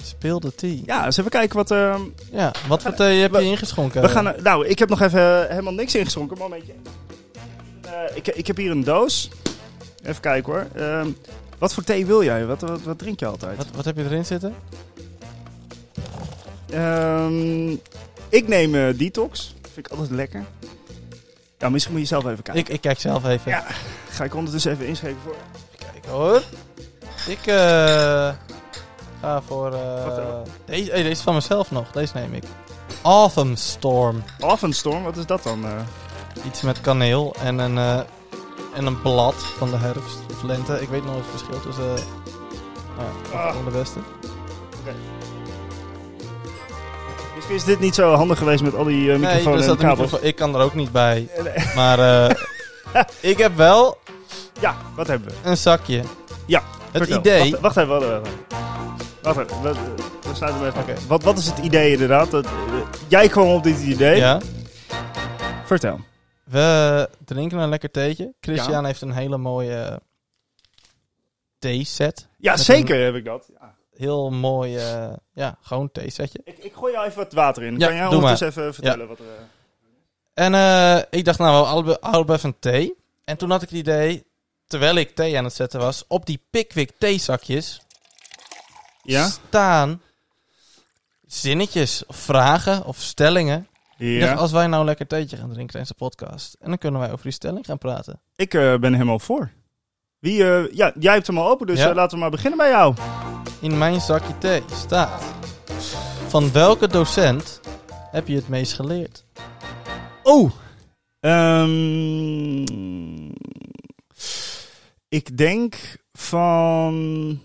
Speaker 1: Speel de tea.
Speaker 3: Ja, eens even kijken wat... ehm,
Speaker 1: Ja, wat voor thee heb
Speaker 3: we-
Speaker 1: je ingeschonken?
Speaker 3: We gaan, naar- nou, ik heb nog even eh, helemaal niks ingeschonken. Momentje. Eh ik, ik heb hier een doos. Even kijken hoor. Ehm, wat voor thee wil jij? Wat, wat, wat drink je altijd?
Speaker 1: Wat, wat heb je erin zitten?
Speaker 3: Ehm, ik neem eh, detox. Vind ik altijd lekker. Ja, misschien moet je zelf even kijken.
Speaker 1: Ik, ik kijk zelf even.
Speaker 3: Ja. Ga ik ondertussen even inschrijven voor.
Speaker 1: Even kijken hoor. Ik eh, ga voor... eh,
Speaker 3: Wacht even.
Speaker 1: deze, hey, deze is van mezelf nog. Deze neem ik. Autumn Storm.
Speaker 3: Avondstorm, wat is dat dan? eh?
Speaker 1: Iets met kaneel en een eh, en een blad van de herfst of lente. Ik weet nog het verschil tussen eh, nou ja,
Speaker 3: Ah.
Speaker 1: van de westen.
Speaker 3: Dus is dit niet zo handig geweest met al die
Speaker 1: Nee,
Speaker 3: eh, microfoons
Speaker 1: dus
Speaker 3: en
Speaker 1: dat
Speaker 3: kabels?
Speaker 1: microfoon- ik kan er ook niet bij.
Speaker 3: Eh,
Speaker 1: Maar eh, ik heb wel
Speaker 3: Ja, wat hebben we?
Speaker 1: een zakje.
Speaker 3: Ja,
Speaker 1: Het
Speaker 3: vertel.
Speaker 1: idee.
Speaker 3: Wacht, wacht even, wacht even. Wacht even, we, we sluiten hem even.
Speaker 1: Oké.
Speaker 3: Wat, wat is het idee inderdaad? Dat, eh, jij kwam op dit idee.
Speaker 1: Ja.
Speaker 3: Vertel.
Speaker 1: We drinken een lekker theetje. Christian heeft een hele mooie eh, theeset.
Speaker 3: Ja,
Speaker 1: Met
Speaker 3: zeker heb ik dat. Ja.
Speaker 1: Heel mooi, eh, ja, gewoon theesetje.
Speaker 3: Ik, ik gooi jou even wat water in.
Speaker 1: Ja,
Speaker 3: kan jij
Speaker 1: doe
Speaker 3: ondertussen even vertellen wat er... eh,
Speaker 1: En eh, ik dacht, nou, we houden allebei- allebei van thee. En toen had ik het idee, terwijl ik thee aan het zetten was, op die Pickwick theezakjes
Speaker 3: Ja?
Speaker 1: staan zinnetjes of vragen of stellingen. Ik dacht,
Speaker 3: Ja.
Speaker 1: als wij nou lekker theetje gaan drinken tijdens de podcast, en dan kunnen wij over die stelling gaan praten.
Speaker 3: Ik eh, ben helemaal voor. Wie, eh, ja, jij hebt hem al open, dus
Speaker 1: Ja.
Speaker 3: eh, laten we maar beginnen bij jou.
Speaker 1: In mijn zakje thee staat. Van welke docent heb je het meest geleerd?
Speaker 3: Oh. Ehm, ik denk van.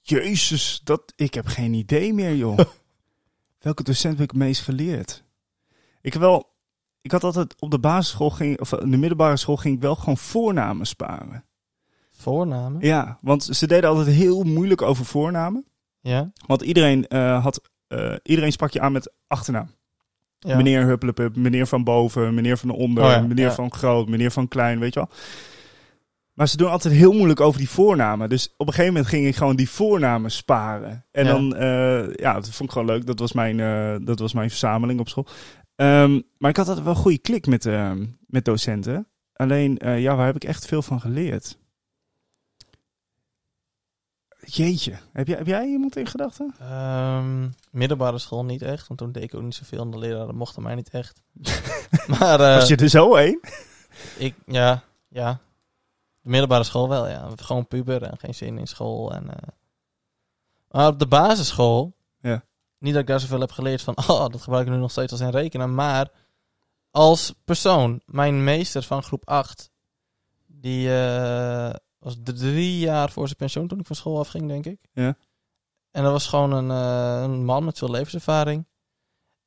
Speaker 3: Jezus, dat, ik heb geen idee meer, joh. Welke docent heb ik het meest geleerd? Ik heb wel. Ik had altijd op de basisschool ging, of in de middelbare school ging ik wel gewoon voornamen sparen.
Speaker 1: Voornamen?
Speaker 3: Ja, want ze deden altijd heel moeilijk over voornamen.
Speaker 1: Ja.
Speaker 3: Want iedereen, eh, had, eh, iedereen sprak je aan met achternaam.
Speaker 1: ja.
Speaker 3: Meneer Huppelepup, meneer van boven, meneer van onder,
Speaker 1: Oh ja,
Speaker 3: meneer
Speaker 1: ja.
Speaker 3: van groot, meneer van klein, weet je wel. Maar ze doen altijd heel moeilijk over die voornamen. Dus op een gegeven moment ging ik gewoon die voornamen sparen. En
Speaker 1: Ja.
Speaker 3: dan, eh, ja, dat vond ik gewoon leuk. Dat was mijn, eh, dat was mijn verzameling op school. Ehm, maar ik had altijd wel een goede klik met, ehm, met docenten. Alleen, eh, ja, waar heb ik echt veel van geleerd? Jeetje, heb jij, heb jij iemand in gedachten?
Speaker 1: Ehm, middelbare school niet echt, want toen deed ik ook niet zoveel en de leraren mochten mij niet echt. maar eh,
Speaker 3: Was je er zo een?
Speaker 1: ik, ja, ja. De middelbare school wel, ja. Gewoon puber en geen zin in school. En, eh. Maar op de basisschool,
Speaker 3: Ja.
Speaker 1: niet dat ik daar zoveel heb geleerd van, oh, dat gebruik ik nu nog steeds als een rekenaar. Maar als persoon, mijn meester van groep 8, die eh, was d- drie jaar voor zijn pensioen toen ik van school afging, denk ik.
Speaker 3: Ja.
Speaker 1: En dat was gewoon een, eh, een man met veel levenservaring.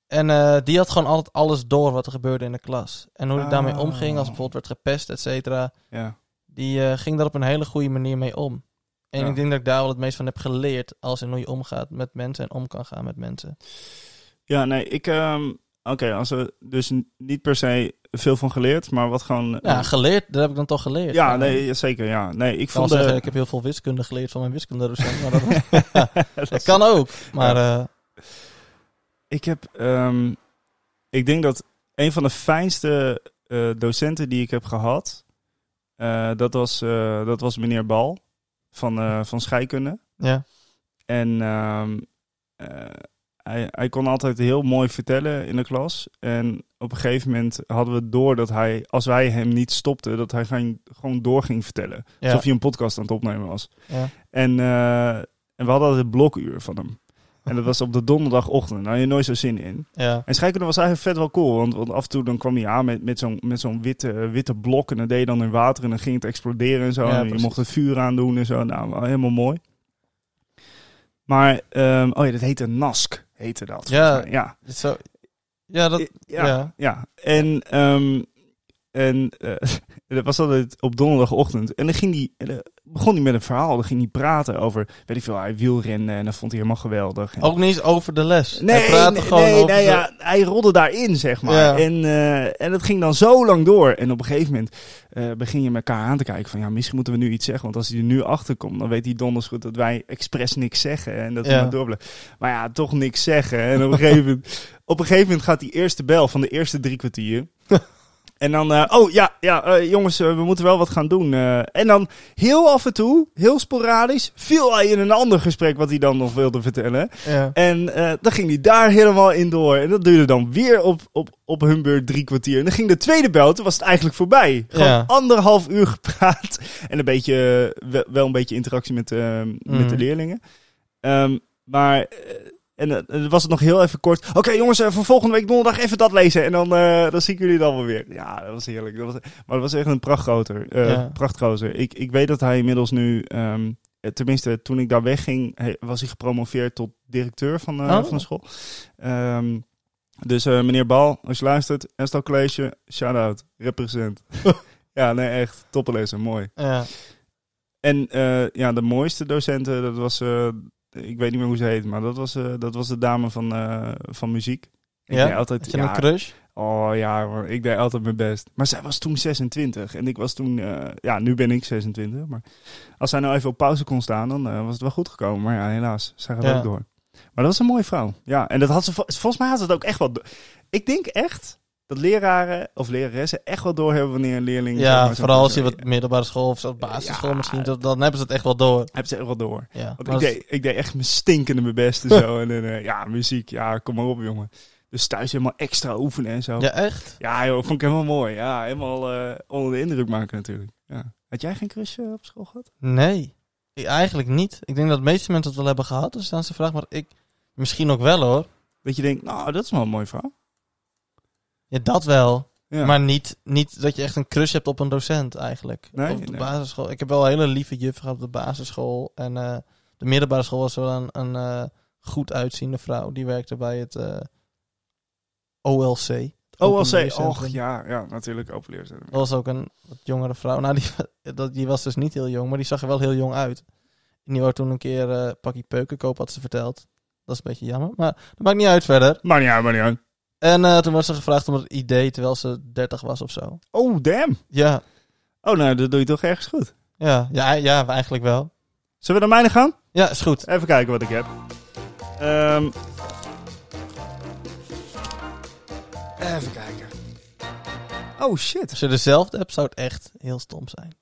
Speaker 1: En eh, die had gewoon altijd alles door wat er gebeurde in de klas. En hoe ik daarmee
Speaker 3: Ah.
Speaker 1: omging, als bijvoorbeeld werd gepest, et cetera.
Speaker 3: Ja.
Speaker 1: Die eh, ging daar op een hele goede manier mee om. En
Speaker 3: Ja.
Speaker 1: ik denk dat ik daar wel het meest van heb geleerd. Als in hoe je omgaat met mensen en om kan gaan met mensen.
Speaker 3: Ja, nee, ik. ehm, Oké, als we dus n- niet per se veel van geleerd, maar wat gewoon.
Speaker 1: Ja, Nou, geleerd, dat heb ik dan toch geleerd.
Speaker 3: ja,
Speaker 1: En,
Speaker 3: nee, ja, zeker. Ja, nee, ik
Speaker 1: Ik kan
Speaker 3: vond.
Speaker 1: wel
Speaker 3: de-
Speaker 1: zeggen, ik heb heel veel wiskunde geleerd van mijn wiskundedocent. Maar dat, dat kan ook. Maar eh,
Speaker 3: Ik heb. ehm, ik denk dat een van de fijnste eh, docenten die ik heb gehad, eh, dat, was, eh, dat was meneer Bal van, eh, van scheikunde.
Speaker 1: ja.
Speaker 3: En ehm, eh, hij, hij kon altijd heel mooi vertellen in de klas. En op een gegeven moment hadden we door dat hij, als wij hem niet stopten, dat hij ging, gewoon door ging vertellen.
Speaker 1: Ja.
Speaker 3: Alsof hij een podcast aan het opnemen was.
Speaker 1: Ja.
Speaker 3: En, eh, en we hadden altijd een blokuur van hem. En dat was op de donderdagochtend. Nou, je had nooit zo zin in.
Speaker 1: ja.
Speaker 3: En scheikunde was eigenlijk vet wel cool. Want, want af en toe dan kwam hij aan met, met zo'n met zo'n witte, eh, witte blok. En dan deed je dan in water. En dan ging het exploderen en zo.
Speaker 1: Ja,
Speaker 3: en je
Speaker 1: precies.
Speaker 3: mocht het vuur aandoen en zo. Nou, wel helemaal mooi. Maar, ehm, oh ja, dat heette NASC. Heette dat.
Speaker 1: Ja.
Speaker 3: volgens mij. Ja.
Speaker 1: Dit Zo, ja, dat,
Speaker 3: ja.
Speaker 1: ja.
Speaker 3: Ja, en, ehm, en eh, dat was altijd op donderdagochtend. En dan ging die, en dan begon hij met een verhaal. Dan ging hij praten over, weet ik veel, hij wielrennen. En dat vond hij helemaal geweldig. En-
Speaker 1: Ook niet eens over de les.
Speaker 3: Nee,
Speaker 1: Hij praatte
Speaker 3: nee,
Speaker 1: gewoon
Speaker 3: nee,
Speaker 1: over
Speaker 3: nee,
Speaker 1: de-
Speaker 3: ja, hij rolde daarin, zeg maar.
Speaker 1: Ja.
Speaker 3: En, eh, en dat ging dan zo lang door. En op een gegeven moment eh, begin je elkaar aan te kijken van... ja, misschien moeten we nu iets zeggen. Want als hij er nu achter komt, dan weet hij donders goed... dat wij expres niks zeggen en dat we
Speaker 1: Ja.
Speaker 3: maar door blijven. Maar ja, toch niks zeggen. En op een gegeven moment, op een gegeven moment gaat die eerste bel van de eerste drie kwartier... En dan, eh, oh ja, ja eh, jongens, eh, we moeten wel wat gaan doen. eh. en dan heel af en toe, heel sporadisch, viel hij in een ander gesprek wat hij dan nog wilde vertellen.
Speaker 1: Ja.
Speaker 3: En eh, dan ging hij daar helemaal in door. En dat duurde dan weer op, op, op hun beurt drie kwartier. En dan ging de tweede bel, toen was het eigenlijk voorbij. Gewoon
Speaker 1: Ja.
Speaker 3: anderhalf uur gepraat. En een beetje, eh, wel, wel een beetje interactie met, eh, met de
Speaker 1: Mm.
Speaker 3: leerlingen. Ehm, maar eh, En eh, dan was het nog heel even kort. Oké jongens, eh, voor volgende week donderdag even dat lezen. En dan, eh, dan zie ik jullie dan wel weer. Ja, dat was heerlijk. Dat was, maar dat was echt een prachtgozer. eh
Speaker 1: Ja.
Speaker 3: prachtgozer. Ik, ik weet dat hij inmiddels nu... ehm, eh, tenminste, toen ik daar wegging, he- was hij gepromoveerd tot directeur van, eh,
Speaker 1: Oh.
Speaker 3: van de school. Ehm, dus eh, meneer Bal, als je luistert, Estel College, shout-out, represent. ja, nee, echt, toppenlezer, mooi.
Speaker 1: Ja.
Speaker 3: En eh, ja, de mooiste docenten, dat was, eh, ik weet niet meer hoe ze heet, maar dat was, eh, dat was de dame van, eh, van muziek. Ik
Speaker 1: Ja?
Speaker 3: deed altijd,
Speaker 1: Had je nou
Speaker 3: ja,
Speaker 1: een crush?
Speaker 3: oh ja, hoor, ik deed altijd mijn best. Maar zij was toen 26 en ik was toen, eh, ja, nu ben ik 26. Maar als zij nou even op pauze kon staan, dan eh, was het wel goed gekomen. Maar ja, helaas, zij gaat
Speaker 1: Ja.
Speaker 3: ook door. Maar dat was een mooie vrouw. Ja, en dat had ze, vol- volgens mij had ze het ook echt wel. do- Ik denk echt dat leraren of leraressen echt wel doorhebben wanneer een leerling. zeg maar,
Speaker 1: Ja,
Speaker 3: zo'n
Speaker 1: vooral als je
Speaker 3: persoon-
Speaker 1: wat middelbare school of zo, basisschool
Speaker 3: Ja.
Speaker 1: misschien, dat- dan hebben ze het echt wel door.
Speaker 3: Hebben ze echt wel door.
Speaker 1: Ja.
Speaker 3: Want
Speaker 1: Maar dat
Speaker 3: ik,
Speaker 1: is-
Speaker 3: deed, ik deed echt mijn stinkende mijn best en zo. en dan, eh, ja, muziek, ja, kom maar op, jongen. Dus thuis helemaal extra oefenen en zo. Ja,
Speaker 1: Ja, echt?
Speaker 3: joh, vond ik helemaal mooi. Ja, helemaal eh, onder de indruk maken natuurlijk. Ja. Had jij geen crush eh, op school gehad?
Speaker 1: Nee. Ik- eigenlijk niet. Ik denk dat de meeste mensen het wel hebben gehad, dus dan is de vraag, maar ik... Misschien ook wel hoor.
Speaker 3: Dat je denkt, nou, dat is wel een mooi verhaal.
Speaker 1: Ja, dat wel.
Speaker 3: Ja.
Speaker 1: Maar niet, niet dat je echt een crush hebt op een docent eigenlijk.
Speaker 3: Nee,
Speaker 1: op de
Speaker 3: nee.
Speaker 1: basisschool. Ik heb wel een hele lieve juf gehad op de basisschool. En eh, de middelbare school was wel een, een eh, goed uitziende vrouw. Die werkte bij het eh, OLC. het Open
Speaker 3: OLC,
Speaker 1: Leercentrum.
Speaker 3: Oh, och ja, ja, natuurlijk open leercentrum.
Speaker 1: Er was ook een wat jongere vrouw. Nou, die, dat- die was dus niet heel jong, maar die zag er wel heel jong uit. En die wou toen een keer eh pakkie peuken kopen, had ze verteld. Dat is een beetje jammer, maar dat maakt niet uit verder.
Speaker 3: Maar niet uit, maar niet uit.
Speaker 1: En eh, toen was ze gevraagd om het idee terwijl ze 30 was of zo.
Speaker 3: Oh, damn.
Speaker 1: Ja,
Speaker 3: Oh, nou, dat doe je toch ergens goed.
Speaker 1: ja, ja, ja eigenlijk wel.
Speaker 3: Zullen we naar mijne gaan?
Speaker 1: Ja, is goed.
Speaker 3: Even kijken wat ik heb. Ehm, even kijken. Oh shit.
Speaker 1: Als je dezelfde hebt, zou het echt heel stom zijn.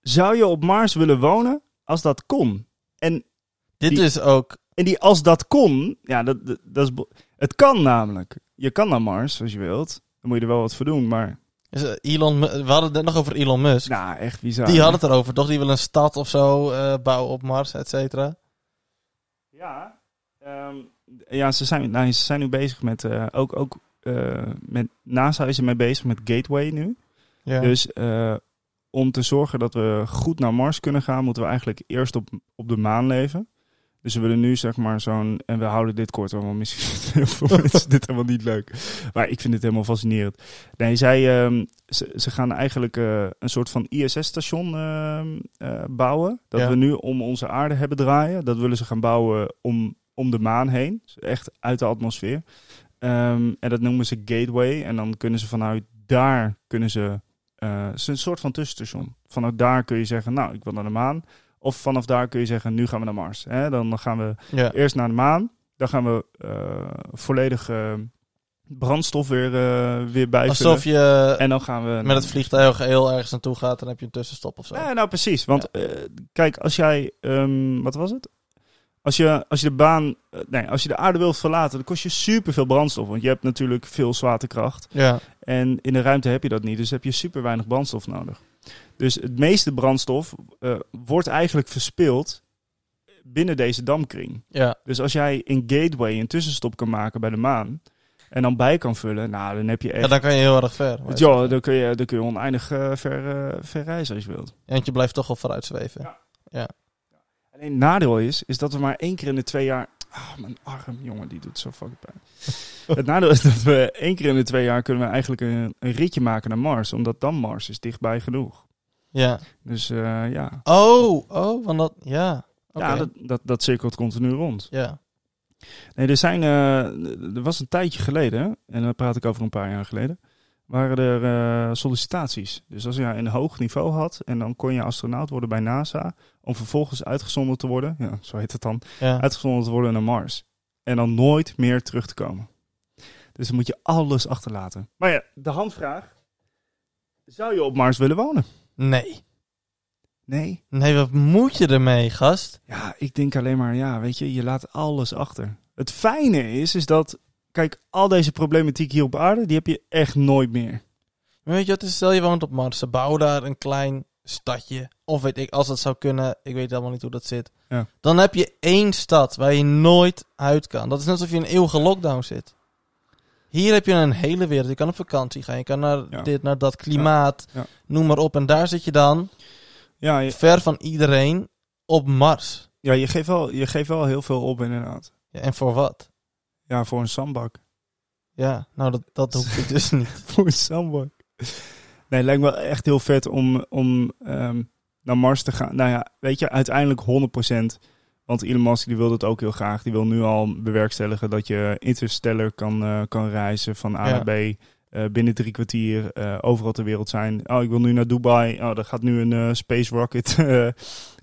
Speaker 3: Zou je op Mars willen wonen als dat kon? En,
Speaker 1: Dit
Speaker 3: Die-
Speaker 1: is ook...
Speaker 3: en die als dat kon, ja, dat, dat, dat is. bo- Het kan namelijk. Je kan naar Mars als je wilt. Dan moet je er wel wat voor doen, maar.
Speaker 1: is, eh, Elon, Mu- we hadden het net nog over Elon Musk.
Speaker 3: Nou, echt bizar.
Speaker 1: die had het erover, toch? Die wil een stad of zo eh, bouwen op Mars, et cetera.
Speaker 3: Ja, ehm, ja ze, zijn, nou, ze zijn nu bezig met. eh, ook ook eh, met NASA is ermee bezig met Gateway nu.
Speaker 1: Ja.
Speaker 3: Dus eh, om te zorgen dat we goed naar Mars kunnen gaan, moeten we eigenlijk eerst op, op de maan leven. Dus we willen nu zeg maar zo'n. En we houden dit kort, want misschien vinden heel veel mensen dit helemaal niet leuk. Maar ik vind dit helemaal fascinerend. Nee, zij, ehm, ze, ze gaan eigenlijk eh, een soort van ISS-station ehm, eh, bouwen. Dat
Speaker 1: Ja.
Speaker 3: we nu om onze aarde hebben draaien. Dat willen ze gaan bouwen om, om de maan heen. Dus echt uit de atmosfeer. Ehm, en dat noemen ze Gateway. En dan kunnen ze vanuit daar kunnen ze. eh, het is een soort van tussenstation. Vanuit daar kun je zeggen, nou, ik wil naar de maan. Of vanaf daar kun je zeggen, nu gaan we naar Mars. Hè? Dan gaan we
Speaker 1: ja.
Speaker 3: eerst naar de maan. Dan gaan we eh, volledig eh, brandstof weer, eh, weer bijvullen.
Speaker 1: Alsof je eh,
Speaker 3: En dan gaan we...
Speaker 1: met het vliegtuig heel ergens naartoe gaat, dan heb je een tussenstop of zo.
Speaker 3: Nee, nou precies. Want eh, kijk, als jij... ehm, wat was het? Als je, als je de baan... eh, nee, als je de aarde wilt verlaten, dan kost je superveel brandstof. Want je hebt natuurlijk veel zwaartekracht.
Speaker 1: Ja.
Speaker 3: En in de ruimte heb je dat niet, dus heb je super weinig brandstof nodig. Dus het meeste brandstof eh, wordt eigenlijk verspild binnen deze damkring.
Speaker 1: Ja.
Speaker 3: Dus als jij een gateway, een tussenstop kan maken bij de maan en dan bij kan vullen, nou dan heb je
Speaker 1: ja,
Speaker 3: echt.
Speaker 1: dan kan je heel erg ver. weet je.
Speaker 3: Ja, dan kun je, dan kun je oneindig eh, ver, eh, ver reizen als je wilt.
Speaker 1: Want je blijft toch wel vooruit zweven.
Speaker 3: Ja. Alleen het nadeel is, is dat we maar één keer in de twee jaar... Ah, mijn arm, jongen, die doet zo fucking pijn. het nadeel is dat we één keer in de twee jaar kunnen we eigenlijk een, een ritje maken naar Mars. Omdat dan Mars is dichtbij genoeg.
Speaker 1: Ja.
Speaker 3: Dus eh, ja,
Speaker 1: Oh, oh, want dat... Ja. Oké.
Speaker 3: ja dat, dat, dat cirkelt continu rond.
Speaker 1: ja.
Speaker 3: Nee, er, zijn, eh, er was een tijdje geleden, en dan praat ik over een paar jaar geleden, waren er eh, sollicitaties. Dus als je een hoog niveau had en dan kon je astronaut worden bij NASA, om vervolgens uitgezonden te worden, ja, zo heet het dan,
Speaker 1: ja.
Speaker 3: uitgezonden te worden naar Mars. En dan nooit meer terug te komen. Dus dan moet je alles achterlaten. Maar ja, de handvraag. Zou je op Mars willen wonen?
Speaker 1: Nee.
Speaker 3: Nee.
Speaker 1: Nee, wat moet je ermee, gast?
Speaker 3: Ja, ik denk alleen maar, ja, weet je, je laat alles achter. Het fijne is, is dat, kijk, al deze problematiek hier op aarde, die heb je echt nooit meer.
Speaker 1: Maar weet je wat, het is? stel je woont op Mars, ze bouwen daar een klein stadje. Of weet ik, als dat zou kunnen. Ik weet helemaal niet hoe dat zit.
Speaker 3: Ja.
Speaker 1: Dan heb je één stad waar je nooit uit kan. Dat is net alsof je in een eeuwige lockdown zit. Hier heb je een hele wereld. Je kan op vakantie gaan. Je kan naar
Speaker 3: Ja.
Speaker 1: dit, naar dat klimaat.
Speaker 3: Ja. Ja.
Speaker 1: Noem maar op. En daar zit je dan,
Speaker 3: Ja, je,
Speaker 1: ver van iedereen, op Mars.
Speaker 3: ja je, geeft wel, je geeft wel heel veel op inderdaad.
Speaker 1: Ja, en voor wat?
Speaker 3: Ja, voor een zandbak.
Speaker 1: Ja, nou dat, dat hoef ik dus niet.
Speaker 3: Voor een zandbak. Nee, lijkt me wel echt heel vet om, om ehm, naar Mars te gaan. Nou ja, weet je, uiteindelijk 100%. Want Elon Musk die wil dat ook heel graag. Die wil nu al bewerkstelligen dat je interstellar kan, eh, kan reizen van A
Speaker 1: Ja.
Speaker 3: naar B. eh, binnen drie kwartier eh, overal ter wereld zijn. Oh, ik wil nu naar Dubai. Oh, er gaat nu een eh, space rocket eh,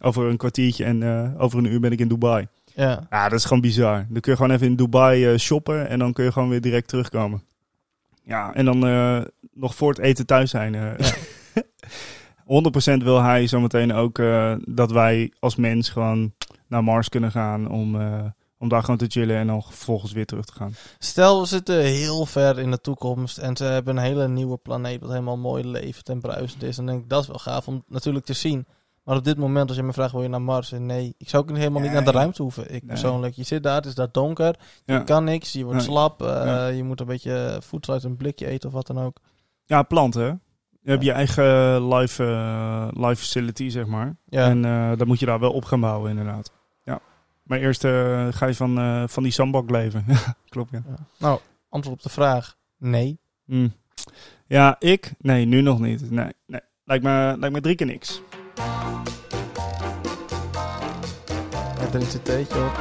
Speaker 3: over een kwartiertje. En eh, over een uur ben ik in Dubai.
Speaker 1: Ja.
Speaker 3: Ja, dat is gewoon bizar. Dan kun je gewoon even in Dubai eh, shoppen en dan kun je gewoon weer direct terugkomen. Ja, en dan eh, nog voor het eten thuis zijn. eh. 100% wil hij zometeen ook eh, dat wij als mens gewoon naar Mars kunnen gaan om, eh, om daar gewoon te chillen en dan vervolgens weer terug te gaan.
Speaker 1: Stel, we zitten heel ver in de toekomst en ze hebben een hele nieuwe planeet dat helemaal mooi leeft en bruisend is. Dan denk ik, dat is wel gaaf om natuurlijk te zien. Maar op dit moment, als je me vraagt, wil je naar Mars? En nee, ik zou ook helemaal niet naar de
Speaker 3: Nee.
Speaker 1: ruimte hoeven. Ik persoonlijk. Je zit daar, het is daar donker,
Speaker 3: Ja.
Speaker 1: je kan niks, je wordt
Speaker 3: Nee.
Speaker 1: slap, eh,
Speaker 3: Ja.
Speaker 1: je moet een beetje voedsel uit een blikje eten of wat dan ook.
Speaker 3: Ja, planten. hè? Je hebt je eigen live, eh, live facility, zeg maar.
Speaker 1: Ja,
Speaker 3: En eh dan moet je daar wel op gaan bouwen, inderdaad. Ja. Maar eerst eh, ga je van, eh, van die zandbak leven. Klopt, ja.
Speaker 1: ja. Nou, antwoord op de vraag, nee.
Speaker 3: Hmm. Ja, ik? Nee, nu nog niet. Nee, nee. Lijkt, me, lijkt me drie keer niks.
Speaker 1: Hij drinkt een theetje op.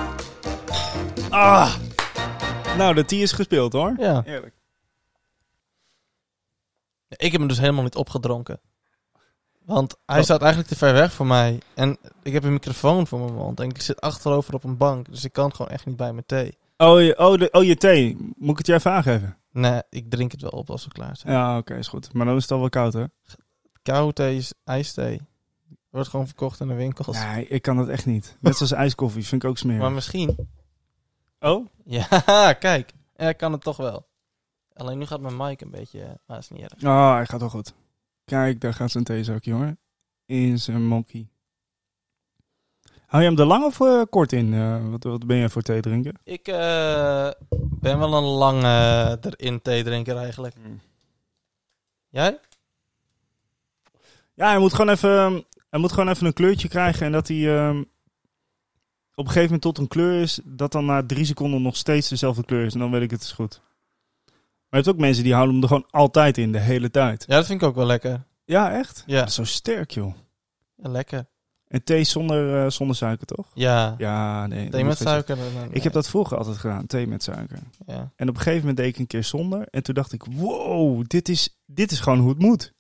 Speaker 3: Ah! Nou, de T is gespeeld hoor.
Speaker 1: Ja.
Speaker 3: Eerlijk.
Speaker 1: Ik heb hem dus helemaal niet opgedronken. Want hij staat eigenlijk te ver weg voor mij. En ik heb een microfoon voor mijn mond. En ik zit achterover op een bank. Dus ik kan gewoon echt niet bij mijn thee.
Speaker 3: Oh, je, oh, de, oh, je thee. Moet ik het je even aangeven?
Speaker 1: Nee, ik drink het wel op als we klaar zijn.
Speaker 3: Ja, oké, is goed. Maar dan is het al wel koud hè?
Speaker 1: Koude thee is ijsthee. Wordt gewoon verkocht in de winkels.
Speaker 3: Nee, ik kan dat echt niet. Net zoals ijskoffie, vind ik ook smerig.
Speaker 1: Maar misschien...
Speaker 3: Oh?
Speaker 1: Ja, kijk. Ik kan het toch wel. Alleen nu gaat mijn mic een beetje... eh, Maar is niet erg.
Speaker 3: Ah, hij gaat wel goed. Kijk, daar gaat zijn theezakje hoor. In zijn monkey. Hou je hem er lang of eh, kort in? Eh, wat, wat ben jij voor thee drinken?
Speaker 1: Ik eh, ben wel een lange eh, erin thee drinker eigenlijk. Jij?
Speaker 3: Ja, hij moet gewoon even, hij moet gewoon even een kleurtje krijgen. En dat hij ehm, op een gegeven moment tot een kleur is. Dat dan na drie seconden nog steeds dezelfde kleur is. En dan weet ik het is goed. Maar je hebt ook mensen die houden hem er gewoon altijd in. De hele tijd.
Speaker 1: Ja, dat vind ik ook wel lekker.
Speaker 3: Ja, echt?
Speaker 1: Ja,
Speaker 3: Dat is zo sterk, joh.
Speaker 1: ja lekker.
Speaker 3: En thee zonder, eh, zonder suiker, toch?
Speaker 1: Ja.
Speaker 3: Ja, nee. dat
Speaker 1: Thee
Speaker 3: moet
Speaker 1: met
Speaker 3: geen
Speaker 1: suiker. en dan-
Speaker 3: Ik heb dat vroeger altijd gedaan, thee met suiker.
Speaker 1: Ja.
Speaker 3: En op een gegeven moment deed ik een keer zonder. En toen dacht ik, wow, dit is, dit is gewoon hoe het moet.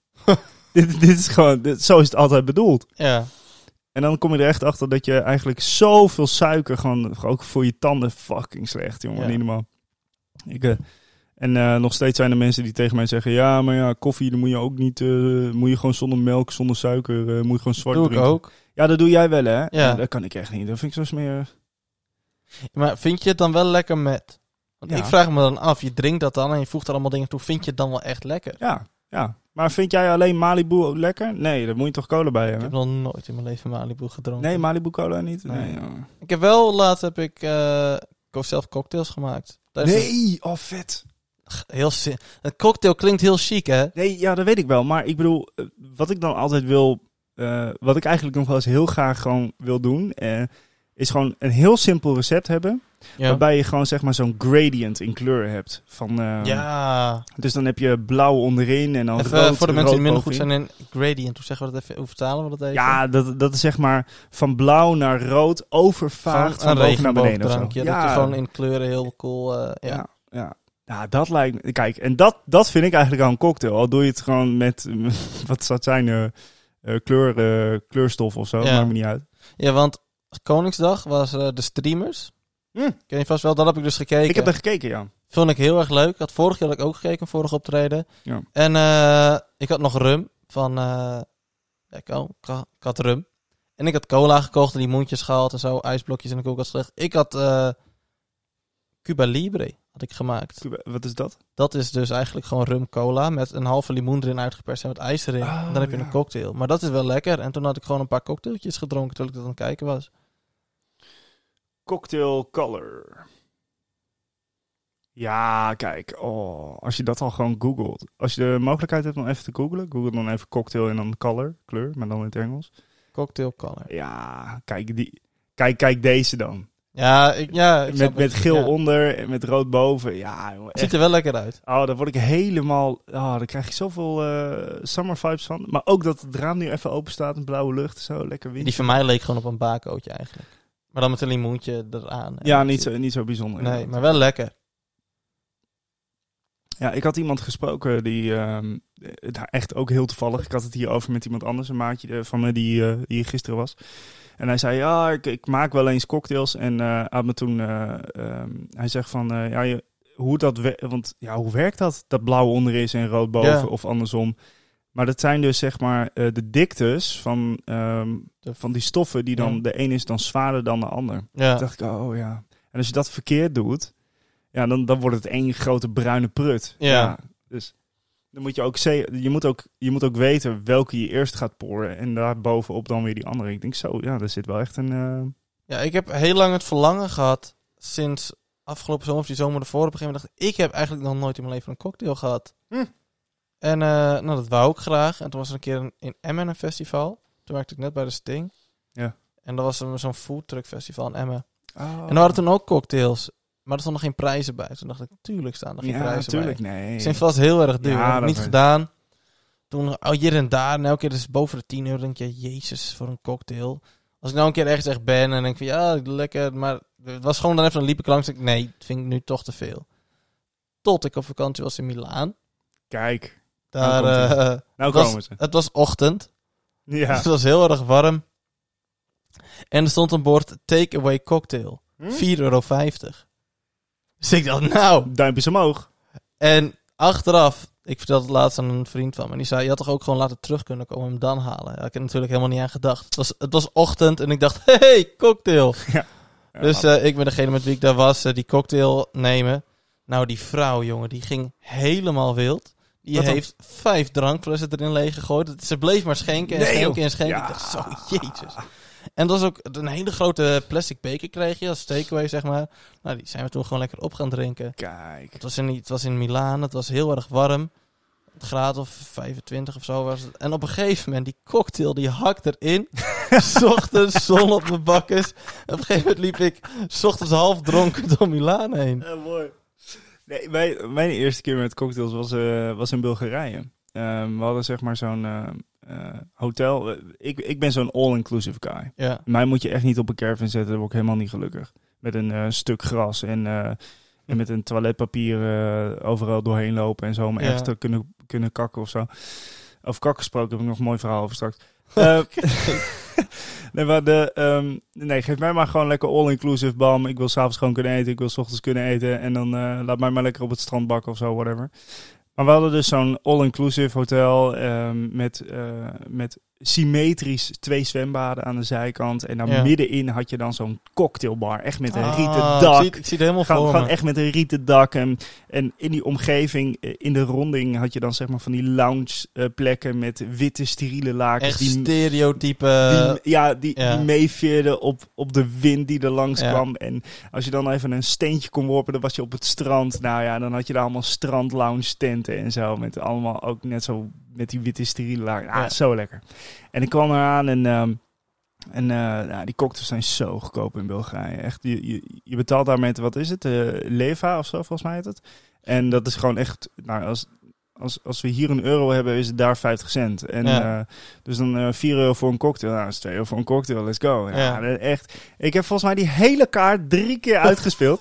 Speaker 3: dit, dit is gewoon, dit- zo is het altijd bedoeld.
Speaker 1: ja.
Speaker 3: En dan kom je er echt achter dat je eigenlijk zoveel suiker gewoon ook voor je tanden fucking slecht, jongen.
Speaker 1: Ja.
Speaker 3: Niet normaal. Ik, eh, en eh, nog steeds zijn er mensen die tegen mij zeggen: Ja, maar ja, koffie, dan moet je ook niet. eh, moet je gewoon zonder melk, zonder suiker. eh, moet je gewoon zwart
Speaker 1: Doe ik
Speaker 3: drinken.
Speaker 1: ook.
Speaker 3: Ja, dat doe jij wel, hè? Ja.
Speaker 1: Ja.
Speaker 3: Dat kan ik echt niet. Dat vind ik zo smerig.
Speaker 1: Maar vind je het dan wel lekker met? Want
Speaker 3: Ja.
Speaker 1: ik vraag me dan af, je drinkt dat dan en je voegt er allemaal dingen toe. Vind je het dan wel echt lekker?
Speaker 3: Ja, ja. Maar vind jij alleen Malibu ook lekker? Nee, daar moet je toch cola bij
Speaker 1: Ik heb
Speaker 3: hebben?
Speaker 1: nog nooit in mijn leven Malibu gedronken.
Speaker 3: Nee, Malibu cola niet? Nee,
Speaker 1: Nee.
Speaker 3: jongen.
Speaker 1: Ik heb wel, laatst heb ik eh, ko- zelf cocktails gemaakt. Tijdens een-
Speaker 3: nee oh vet.
Speaker 1: heel si- een cocktail klinkt heel chic, hè?
Speaker 3: Nee, ja, dat weet ik wel. Maar ik bedoel, eh, wat ik dan altijd wil, eh, wat ik eigenlijk nog wel eens heel graag gewoon wil doen, eh, is gewoon een heel simpel recept hebben,
Speaker 1: Ja.
Speaker 3: waarbij je gewoon zeg maar zo'n gradient in kleur hebt. Van, eh,
Speaker 1: ja.
Speaker 3: Dus dan heb je blauw onderin en dan
Speaker 1: Even
Speaker 3: rood,
Speaker 1: voor de mensen die
Speaker 3: rood
Speaker 1: minder goed
Speaker 3: bovenin.
Speaker 1: zijn in gradient. Hoe zeggen we dat even? Hoe vertalen we dat even?
Speaker 3: Ja, dat, dat is zeg maar van blauw naar rood
Speaker 1: Gewoon
Speaker 3: overvaagt van,
Speaker 1: een
Speaker 3: boven naar beneden. of zo.
Speaker 1: regenboogdrankje. Dat je gewoon in kleuren heel cool... eh, ja.
Speaker 3: Ja, ja. Ja, dat lijkt me. Kijk, en dat, dat vind ik eigenlijk al een cocktail. Al doe je het gewoon met, wat zou het zijn, eh, eh, kleur, eh, kleurstof of zo.
Speaker 1: Ja.
Speaker 3: Maakt me niet uit.
Speaker 1: Ja, want Koningsdag was eh, de streamers.
Speaker 3: Hm.
Speaker 1: Ken je vast wel, dat heb ik dus gekeken.
Speaker 3: Ik heb er gekeken, ja.
Speaker 1: Vond ik heel erg leuk. Had vorig jaar had ik ook gekeken, vorig optreden.
Speaker 3: Ja.
Speaker 1: En eh, ik had nog rum van... eh, ja, ik, had- ik had- ik had rum. En ik had cola gekocht en die mondjes gehaald en zo. IJsblokjes in de koelkast gelegd. Ik had eh, Cuba Libre. Had ik gemaakt.
Speaker 3: Cuba- Wat is dat?
Speaker 1: Dat is dus eigenlijk gewoon rum cola met een halve limoen erin uitgeperst en met ijs erin.
Speaker 3: Oh,
Speaker 1: dan heb je
Speaker 3: ja.
Speaker 1: een cocktail. Maar dat is wel lekker. En toen had ik gewoon een paar cocktailtjes gedronken terwijl ik dat aan het kijken was.
Speaker 3: Cocktail color. Ja, kijk. Oh, als je dat al gewoon googelt. Als je de mogelijkheid hebt om even te googlen. Google dan even cocktail en dan color. Kleur, maar dan in het Engels.
Speaker 1: Cocktail color.
Speaker 3: Ja, kijk, die, kijk, kijk deze dan.
Speaker 1: Ja, ik, ja, ik snap
Speaker 3: Met,
Speaker 1: het.
Speaker 3: met geel
Speaker 1: Ja.
Speaker 3: onder en met rood boven. Ja, jongen,
Speaker 1: Het
Speaker 3: echt.
Speaker 1: ziet er wel lekker uit.
Speaker 3: Oh, daar word ik helemaal... Oh, daar krijg ik zoveel eh, summer vibes van. Maar ook dat het raam nu even open staat. Een blauwe lucht, zo lekker wind.
Speaker 1: Die van mij leek gewoon op een bakootje eigenlijk. Maar dan met een limoentje eraan. En
Speaker 3: Ja,
Speaker 1: dat
Speaker 3: niet
Speaker 1: je-
Speaker 3: zo, niet zo bijzonder.
Speaker 1: Nee, maar wel lekker.
Speaker 3: Ja, ik had iemand gesproken die ehm, eh, nou, echt ook heel toevallig. Ik had het hier over met iemand anders, een maatje eh, van me die, eh, die hier gisteren was. En hij zei: Ja, ik, ik maak wel eens cocktails. En eh had me toen, eh, ehm, hij zegt van eh, ja, je, hoe dat we- want ja, hoe werkt dat? Dat blauw onder is en rood boven
Speaker 1: Ja.
Speaker 3: of andersom. Maar dat zijn dus zeg maar eh, de diktes van, ehm,
Speaker 1: De-
Speaker 3: van die stoffen die dan
Speaker 1: Ja.
Speaker 3: de een is dan zwaarder dan de ander.
Speaker 1: Ja.
Speaker 3: Toen dacht ik, oh ja. En als je dat verkeerd doet, ja, dan, dan wordt het één grote bruine prut.
Speaker 1: Ja.
Speaker 3: dus dan moet je ook, ze- je moet ook, je moet ook weten welke je eerst gaat poren. En daarbovenop dan weer die andere. Ik denk zo, ja, daar zit wel echt een... eh,
Speaker 1: ja, ik heb heel lang het verlangen gehad sinds afgelopen zomer of die zomer ervoor. Op een gegeven moment dacht ik, ik heb eigenlijk nog nooit in mijn leven een cocktail gehad.
Speaker 3: Hm.
Speaker 1: En eh, nou, dat wou ik graag. En toen was er een keer een, in Emmen een festival. Toen werkte ik net bij de Sting.
Speaker 3: Ja.
Speaker 1: En dat was een- zo'n foodtruck festival in Emmen. Oh. En daar hadden toen ook cocktails. Maar er stonden geen prijzen bij. Toen dacht ik, tuurlijk staan er geen
Speaker 3: Ja,
Speaker 1: prijzen bij.
Speaker 3: natuurlijk, nee.
Speaker 1: Zijn vast heel erg duur.
Speaker 3: Ja,
Speaker 1: Heb ik
Speaker 3: dat
Speaker 1: niet
Speaker 3: weet ik.
Speaker 1: gedaan. Toen oh, hier en daar. En elke keer dus boven de 10 euro. denk je, jezus, voor een cocktail. Als ik nou een keer ergens echt ben en denk van ja, lekker. Maar het was gewoon dan even een liep ik langs. denk ik, nee, dat vind ik nu toch te veel. Tot ik op vakantie was in Milaan.
Speaker 3: Kijk,
Speaker 1: Daar,
Speaker 3: Nou komt-ie.
Speaker 1: eh,
Speaker 3: nou
Speaker 1: was-
Speaker 3: komen ze.
Speaker 1: het was ochtend. Dus
Speaker 3: Ja.
Speaker 1: het was heel erg warm. En er stond een bord takeaway cocktail. 4,50 euro. Dus ik dacht, nou,
Speaker 3: Duimpjes omhoog.
Speaker 1: en achteraf, ik vertelde het laatst aan een vriend van me. en Die zei, je had toch ook gewoon laten terug kunnen komen en hem dan halen. Ja, ik heb er natuurlijk helemaal niet aan gedacht. Het was, het was ochtend en ik dacht, hey, cocktail.
Speaker 3: Ja,
Speaker 1: dus eh, ik ben degene met wie ik daar was, eh, die cocktail nemen. Nou, die vrouw, jongen, die ging helemaal wild. Die
Speaker 3: Wat dan?
Speaker 1: heeft vijf drankflessen erin leeggegooid. Het- Ze bleef maar schenken en
Speaker 3: Nee, joh.
Speaker 1: schenken en schenken.
Speaker 3: Ja.
Speaker 1: Ik dacht, zo, jezus. En dat was ook een hele grote plastic beker kreeg je als takeaway, zeg maar. Nou, die zijn we toen gewoon lekker op gaan drinken.
Speaker 3: kijk.
Speaker 1: Het was in, het was in Milaan, het was heel erg warm. Een graad of 25 of zo was het. En op een gegeven moment, die cocktail die hakt erin. 's ochtends zon op mijn bakkes. En op een gegeven moment liep ik 's ochtends half dronken door Milaan heen.
Speaker 3: Ja, mooi. Nee, mijn, mijn eerste keer met cocktails was, eh, was in Bulgarije. Ehm, we hadden zeg maar zo'n eh, eh, hotel. Ik, ik ben zo'n all-inclusive guy.
Speaker 1: Ja,
Speaker 3: Mij moet je echt niet op een caravan zetten, daar word ik helemaal niet gelukkig. Met een eh, stuk gras en, eh, en met een toiletpapier eh, overal doorheen lopen en zo. Om
Speaker 1: Ja.
Speaker 3: ergens te kunnen, kunnen kakken of zo. Over kakken gesproken heb ik nog een mooi verhaal over straks. Eh, nee, maar de, ehm, nee, geef mij maar gewoon lekker all-inclusive bam. Ik wil s'avonds gewoon kunnen eten. Ik wil s ochtends kunnen eten. En dan eh, laat mij maar lekker op het strand bakken of zo, whatever. Maar we hadden dus zo'n all-inclusive hotel ehm, met, eh, met symmetrisch twee zwembaden aan de zijkant. En dan
Speaker 1: Ja.
Speaker 3: middenin had je dan zo'n cocktailbar. Echt met een
Speaker 1: Ah,
Speaker 3: rieten
Speaker 1: Ik
Speaker 3: dak.
Speaker 1: zie, ik zie het helemaal
Speaker 3: Gewoon,
Speaker 1: voor
Speaker 3: gewoon
Speaker 1: me.
Speaker 3: echt met een rieten dak. En, en in die omgeving, eh, in de ronding, had je dan zeg maar van die lounge eh, plekken met witte steriele lakens.
Speaker 1: Echt
Speaker 3: die,
Speaker 1: stereotype.
Speaker 3: die, ja, die,
Speaker 1: Eh, ja.
Speaker 3: die meevierden op, op de wind die er langs
Speaker 1: Ja.
Speaker 3: kwam. En als je dan even een steentje kon worpen, dan was je op het strand. Nou ja, dan had je daar allemaal strandlounge tenten en zo. Met allemaal ook net zo met die witte steriele laag. Ah,
Speaker 1: Ja.
Speaker 3: zo lekker. En ik kwam eraan en... ehm, en eh, nou, die cocktails zijn zo goedkoop in Bulgarije. Echt, je, je, je betaalt daar met, wat is het? eh, Leva of zo, volgens mij heet het. En dat is gewoon echt, nou, als, als, als we hier een euro hebben, is het daar 50 cent. En,
Speaker 1: Ja.
Speaker 3: eh, dus dan eh 4 euro voor een cocktail. Nou, dat is 2 euro voor een cocktail, let's go. Ja,
Speaker 1: Ja.
Speaker 3: dat- echt. Ik heb volgens mij die hele kaart drie keer uitgespeeld.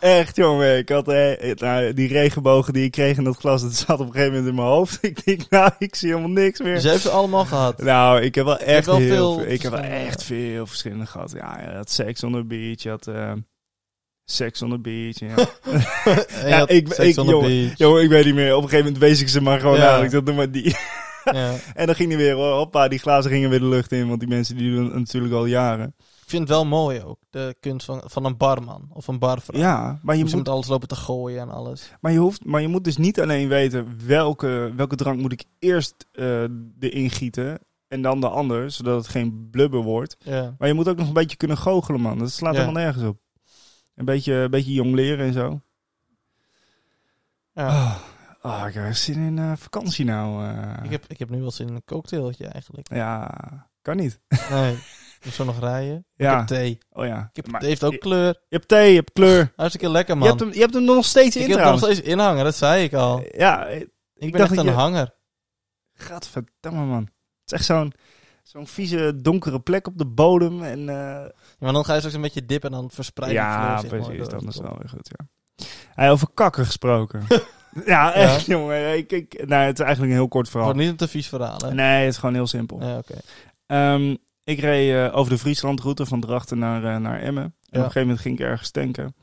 Speaker 3: echt, jongen. Ik had eh, nou, die regenbogen die ik kreeg in dat glas, dat zat op een gegeven moment in mijn hoofd. ik denk, nou, ik zie helemaal niks meer.
Speaker 1: Dus je hebt ze allemaal gehad.
Speaker 3: Nou, ik heb wel echt
Speaker 1: wel
Speaker 3: heel
Speaker 1: veel
Speaker 3: veel. Ik heb wel
Speaker 1: verschillende-
Speaker 3: echt veel verschillende gehad. Ja, je had Sex on the Beach, je had eh, Sex on the Beach.
Speaker 1: En
Speaker 3: Ja.
Speaker 1: je
Speaker 3: Ja,
Speaker 1: had
Speaker 3: ik-
Speaker 1: Sex
Speaker 3: ik-
Speaker 1: on the
Speaker 3: jongen,
Speaker 1: Beach.
Speaker 3: Jongen, ik weet niet meer. Op een gegeven moment wees ik ze maar gewoon
Speaker 1: Ja.
Speaker 3: aan. Ik dacht, doe maar die.
Speaker 1: Ja.
Speaker 3: En dan ging die weer, hoppa, die glazen gingen weer de lucht in. Want die mensen die doen het natuurlijk al jaren.
Speaker 1: vind het wel mooi ook. De kunst van, van een barman of een barvrouw.
Speaker 3: Ja, maar je,
Speaker 1: Hoe ze
Speaker 3: moet,
Speaker 1: met alles lopen te gooien en alles.
Speaker 3: maar, je hoeft, maar je moet dus niet alleen weten welke, welke drank moet ik eerst eh erin gieten en dan de ander, zodat het geen blubber wordt.
Speaker 1: Ja.
Speaker 3: Maar je moet ook nog een beetje kunnen goochelen, man. Dat slaat
Speaker 1: Ja.
Speaker 3: helemaal nergens op. Een beetje, een beetje jong leren en zo.
Speaker 1: Ja.
Speaker 3: Ah, ah, ik heb echt zin in eh, vakantie nou. eh.
Speaker 1: Ik, heb, ik heb nu wel zin in een cocktailtje eigenlijk.
Speaker 3: Ja, kan niet.
Speaker 1: Nee, ik moet zo nog rijden. Ik
Speaker 3: Ja.
Speaker 1: heb thee.
Speaker 3: Oh ja.
Speaker 1: Ik heb,
Speaker 3: Maar
Speaker 1: het heeft ook
Speaker 3: je,
Speaker 1: kleur.
Speaker 3: je hebt thee, je hebt kleur.
Speaker 1: Hartstikke lekker,
Speaker 3: Je
Speaker 1: man.
Speaker 3: hebt, hem, je hebt hem er nog steeds in
Speaker 1: ik heb er nog
Speaker 3: trouwens.
Speaker 1: steeds inhangen, dat zei ik al.
Speaker 3: Ja, eh,
Speaker 1: Ik ben
Speaker 3: dacht
Speaker 1: echt
Speaker 3: dat
Speaker 1: een
Speaker 3: je-
Speaker 1: hanger.
Speaker 3: gadverdamme man. Het is echt zo'n zo'n vieze donkere plek op de bodem. En, eh,
Speaker 1: Ja, maar dan ga je straks een beetje dippen en dan verspreid je
Speaker 3: ja,
Speaker 1: kleur zich mooi
Speaker 3: precies.
Speaker 1: door.
Speaker 3: Dat is wel weer goed, ja. Hij over kakken gesproken. ja, echt jongen. Ik, ik, nou, het is eigenlijk een heel kort
Speaker 1: Het
Speaker 3: verhaal.
Speaker 1: wordt niet een te vies verhaal, hè?
Speaker 3: Nee, het is gewoon heel simpel.
Speaker 1: Nee, oké.
Speaker 3: Ehm, ik reed eh, over de Frieslandroute van Drachten naar, eh, naar Emmen. En op een gegeven moment ging ik ergens tanken.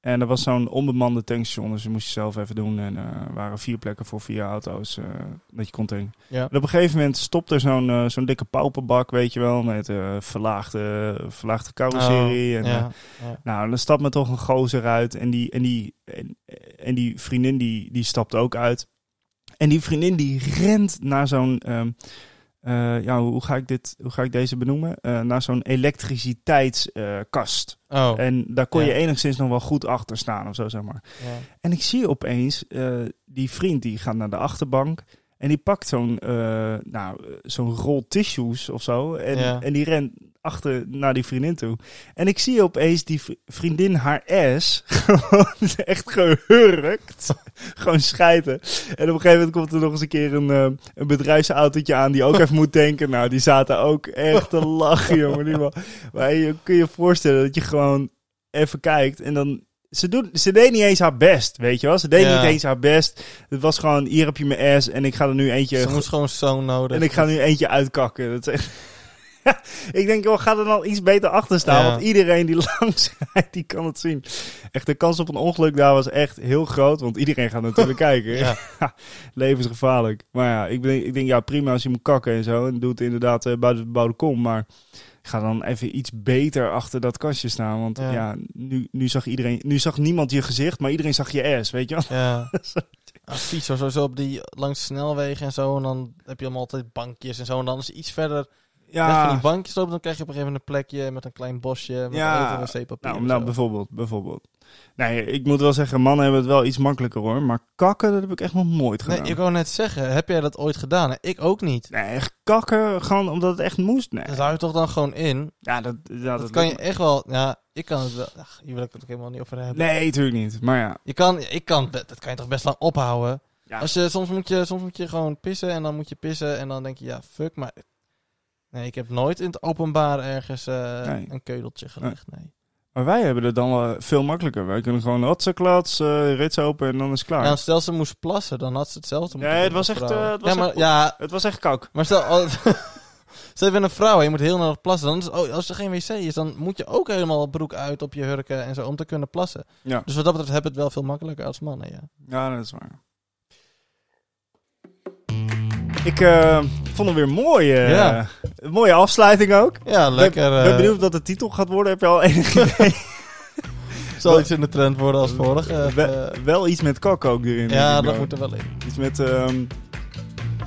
Speaker 3: En er was zo'n onbemande tankstation, dus je moest je zelf even doen. En eh, er waren vier plekken voor vier auto's eh, dat je kon tanken.
Speaker 1: Ja.
Speaker 3: En op een gegeven moment stopte er zo'n eh, zo'n dikke pauperbak, weet je wel, met eh, verlaagde, verlaagde carrosserie. en, eh,
Speaker 1: Oh, ja.
Speaker 3: nou, dan stapt me toch een gozer uit. En die, en die, en, en die vriendin die, die stapt ook uit. En die vriendin die rent naar zo'n... ehm, eh, ja, hoe ga, ik dit, hoe ga ik deze benoemen? Eh, naar zo'n elektriciteitskast.
Speaker 1: Oh,
Speaker 3: eh, en daar kon je
Speaker 1: ja.
Speaker 3: enigszins nog wel goed achter staan of zo, zeg maar.
Speaker 1: ja.
Speaker 3: En ik zie opeens eh, die vriend die gaat naar de achterbank. En die pakt zo'n eh, nou, eh, zo'n rol tissues of zo. En,
Speaker 1: Ja.
Speaker 3: en die rent achter naar die vriendin toe. En ik zie opeens die vri- vriendin haar ass gewoon echt gehurkt. gewoon schijten. En op een gegeven moment komt er nog eens een keer een, eh, een bedrijfsautootje aan die ook even moet tanken. Nou, die zaten ook echt te lachen, jongen. Die man. Maar je kun je voorstellen dat je gewoon even kijkt en dan... Ze, doen, ze deed niet eens haar best, weet je wel. Ze deed
Speaker 1: Ja.
Speaker 3: niet eens haar best. Het was gewoon, hier heb je mijn ass en ik ga er nu eentje...
Speaker 1: Ze moest gewoon zo'n nodig.
Speaker 3: En ik ga nu eentje uitkakken. Dat is echt... ik denk, joh, ga er dan iets beter achter staan.
Speaker 1: Ja.
Speaker 3: Want iedereen die langs rijdt, die kan het zien. Echt, de kans op een ongeluk daar was echt heel groot. Want iedereen gaat natuurlijk kijken.
Speaker 1: Ja.
Speaker 3: Levensgevaarlijk. Maar ja, ik denk, ik denk, ja, prima als je moet kakken en zo. En doe het inderdaad eh, buiten de bouwde kom. Maar ga dan even iets beter achter dat kastje staan. Want ja,
Speaker 1: Ja.
Speaker 3: nu, nu, zag iedereen, nu zag niemand je gezicht, maar iedereen zag je ass, weet je wel.
Speaker 1: Ja. Ah, Ja, fiets of zo, zo op die, langs de snelwegen en zo. En dan heb je allemaal altijd bankjes en zo. En dan als je iets verder weg van die bankjes loopt, dan krijg je op een gegeven moment een plekje met een klein bosje. Met
Speaker 3: Ja.
Speaker 1: ja. wc-papier.
Speaker 3: Nou,
Speaker 1: en
Speaker 3: nou
Speaker 1: zo.
Speaker 3: bijvoorbeeld, bijvoorbeeld. Nee, ik moet wel zeggen, mannen hebben het wel iets makkelijker hoor. Maar kakken, dat heb ik echt nog nooit gedaan.
Speaker 1: Nee,
Speaker 3: Nee,
Speaker 1: ik wou net zeggen, heb jij dat ooit gedaan? Ik ook niet.
Speaker 3: echt kakken, gewoon omdat het echt moest. Nee.
Speaker 1: Dat hou je toch dan gewoon in?
Speaker 3: Ja, dat, ja,
Speaker 1: Dat, kan je echt wel... Ja, ik kan het wel... Ach, hier wil ik het ook helemaal niet over hebben.
Speaker 3: Nee, natuurlijk niet. Maar ja.
Speaker 1: Je kan, ik kan, dat kan je toch best lang ophouden.
Speaker 3: Ja.
Speaker 1: Als je, soms, moet je, soms moet je gewoon pissen en dan moet je pissen en dan denk je, ja, fuck, maar... Nee, ik heb nooit in het openbaar ergens eh,
Speaker 3: Nee.
Speaker 1: een keudeltje gelegd, nee.
Speaker 3: Maar wij hebben het dan wel veel makkelijker. Wij kunnen gewoon hotseklats, eh rits open en dan is het klaar.
Speaker 1: Ja, stel ze moest plassen, dan had ze hetzelfde moeten
Speaker 3: Nee, Ah. het
Speaker 1: doen als
Speaker 3: was echt,
Speaker 1: vrouwen.
Speaker 3: eh, het was
Speaker 1: ja, maar,
Speaker 3: echt-
Speaker 1: ja,
Speaker 3: Het was echt kak.
Speaker 1: maar stel... Als, stel je bent een vrouw en je moet heel nodig plassen. Dan is, oh, als er geen wc is, dan moet je ook helemaal broek uit op je hurken en zo om te kunnen plassen.
Speaker 3: Ja.
Speaker 1: Dus wat dat betreft heb je het wel veel makkelijker als mannen, ja.
Speaker 3: Ja, dat is waar. Ik eh, vond hem weer mooi. eh,
Speaker 1: Ja.
Speaker 3: een Mooie afsluiting ook.
Speaker 1: Ja, lekker. eh,
Speaker 3: ben, ben benieuwd wat de titel gaat worden. Heb je al enig idee?
Speaker 1: zal iets in de trend worden als vorige.
Speaker 3: Wel- wel iets met kak ook erin.
Speaker 1: Eh. ja,
Speaker 3: denk ik
Speaker 1: dat
Speaker 3: wel.
Speaker 1: moet er wel in.
Speaker 3: Iets met ehm,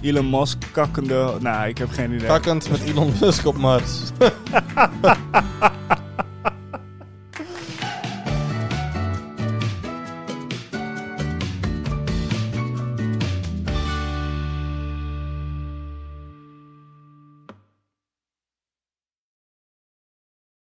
Speaker 3: Elon Musk kakkende... Nou, ik heb geen idee.
Speaker 1: Kakkend met Elon Musk op Mars.